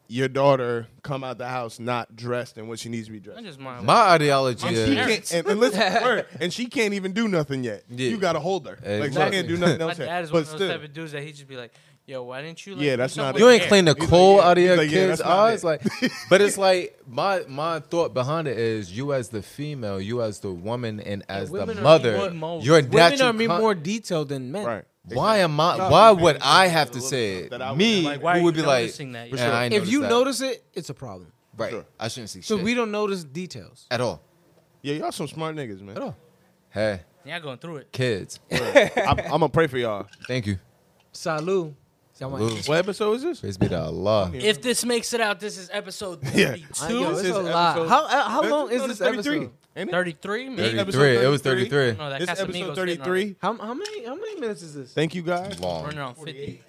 your daughter come out the house not dressed in what she needs to be dressed. That's just my. My ideology I'm She scared. is can't, and, and listen, word, and she can't even do nothing yet. Yeah. You gotta hold her. Like she Exactly. can't do nothing my else. dad yet. is one But of those still, type of dudes that he just be like, "Yo, why didn't you?" Like, Yeah, do that's not something it. you with ain't your clean the He's like, coal yeah. out of He's your like, yeah, kids' that's not eyes, it. like. But it's like my my thought behind it is you as the female, you as the woman, and as the women are mother, mean more- your Women natural. are me con- more detailed than men. right. Why am I? Exactly. Why would I have to say That I it? would- Me, like, why who are would you be like, noticing that? "Man, Sure. I ain't If you noticed that." notice it, it's a problem. right? Sure. I shouldn't see So shit we don't notice details. at all, Yeah, y'all some smart niggas, man. at all. Hey, hair." Y'all going through it. kids, I'm, I'm gonna pray for y'all. thank you. Salud. Y'all might- Salute. What episode is this? Praise be to Allah. If this makes it out, this is episode Yeah. 32, I- yo, it's This a is lot. episode- How uh, how how long No, is this this 33, episode? ain't it? 33, maybe. episode 33. It was 33. thirty-three. No, that This Casamigos episode hitting on 33. How how many how many minutes is this? Thank you guys. it. Running Long. around 50.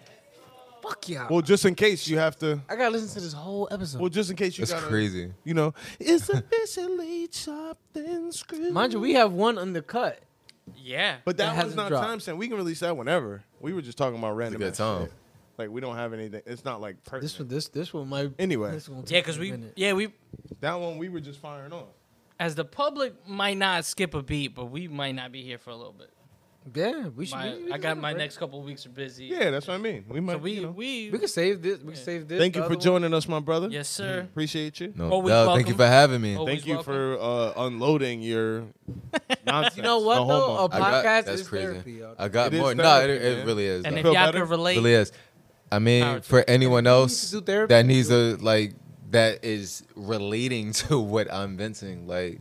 Fuck y'all. Well, just in case you have to. I gotta listen to this whole episode. Well, just in case you That's got crazy. You know, it's officially chopped and screwed. Mind you, we have one undercut. Yeah. But That that one's hasn't not dropped. time sent. We can release that whenever. We were just talking about It's a random. good ass time. shit. Like we don't have anything. It's not like pertinent. This one this this one might Anyway. This one yeah, because we, yeah, we, That one we were just firing off. as the public might not skip a beat, but we might not be here for a little bit. Yeah, we should. My, we- we I can got have a my break. next couple weeks are busy. Yeah, that's what I mean. We might. So we you know. we, We can save this. We can save this. Thank the you for other one. joining us, my brother. yes sir. Appreciate you. No, Always doubt. thank you welcome. for having me. Always Thank you welcome. for uh, unloading your nonsense. You know what No though? homo. A I got- podcast that's is crazy. therapy. y'all. I got It is more. No, it, therapy, it man. really is. And if Feel y'all better? can relate, It really is. I mean, Power for anyone else do therapy that too. needs a like that is relating to what I'm venting, like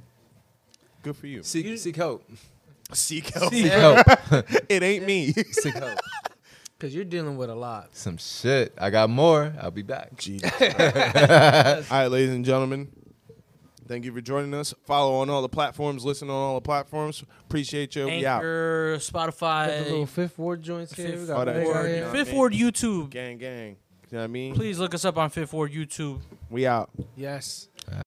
Good for you. seek seek help, Seek help. seek help, It ain't me. seek help. Cause you're dealing with a lot. Some shit. I got more. I'll be back. All right, ladies and gentlemen, thank you for joining us. Follow on all the platforms. Listen on all the platforms. Appreciate you. We out. Anchor, Got the little Spotify, fifth ward joints here. We Fifth got Ward. more Yeah. here. Fifth Ward YouTube. Gang, gang. You know what I mean? Please look us up on Fifth Ward YouTube. We out. Yes.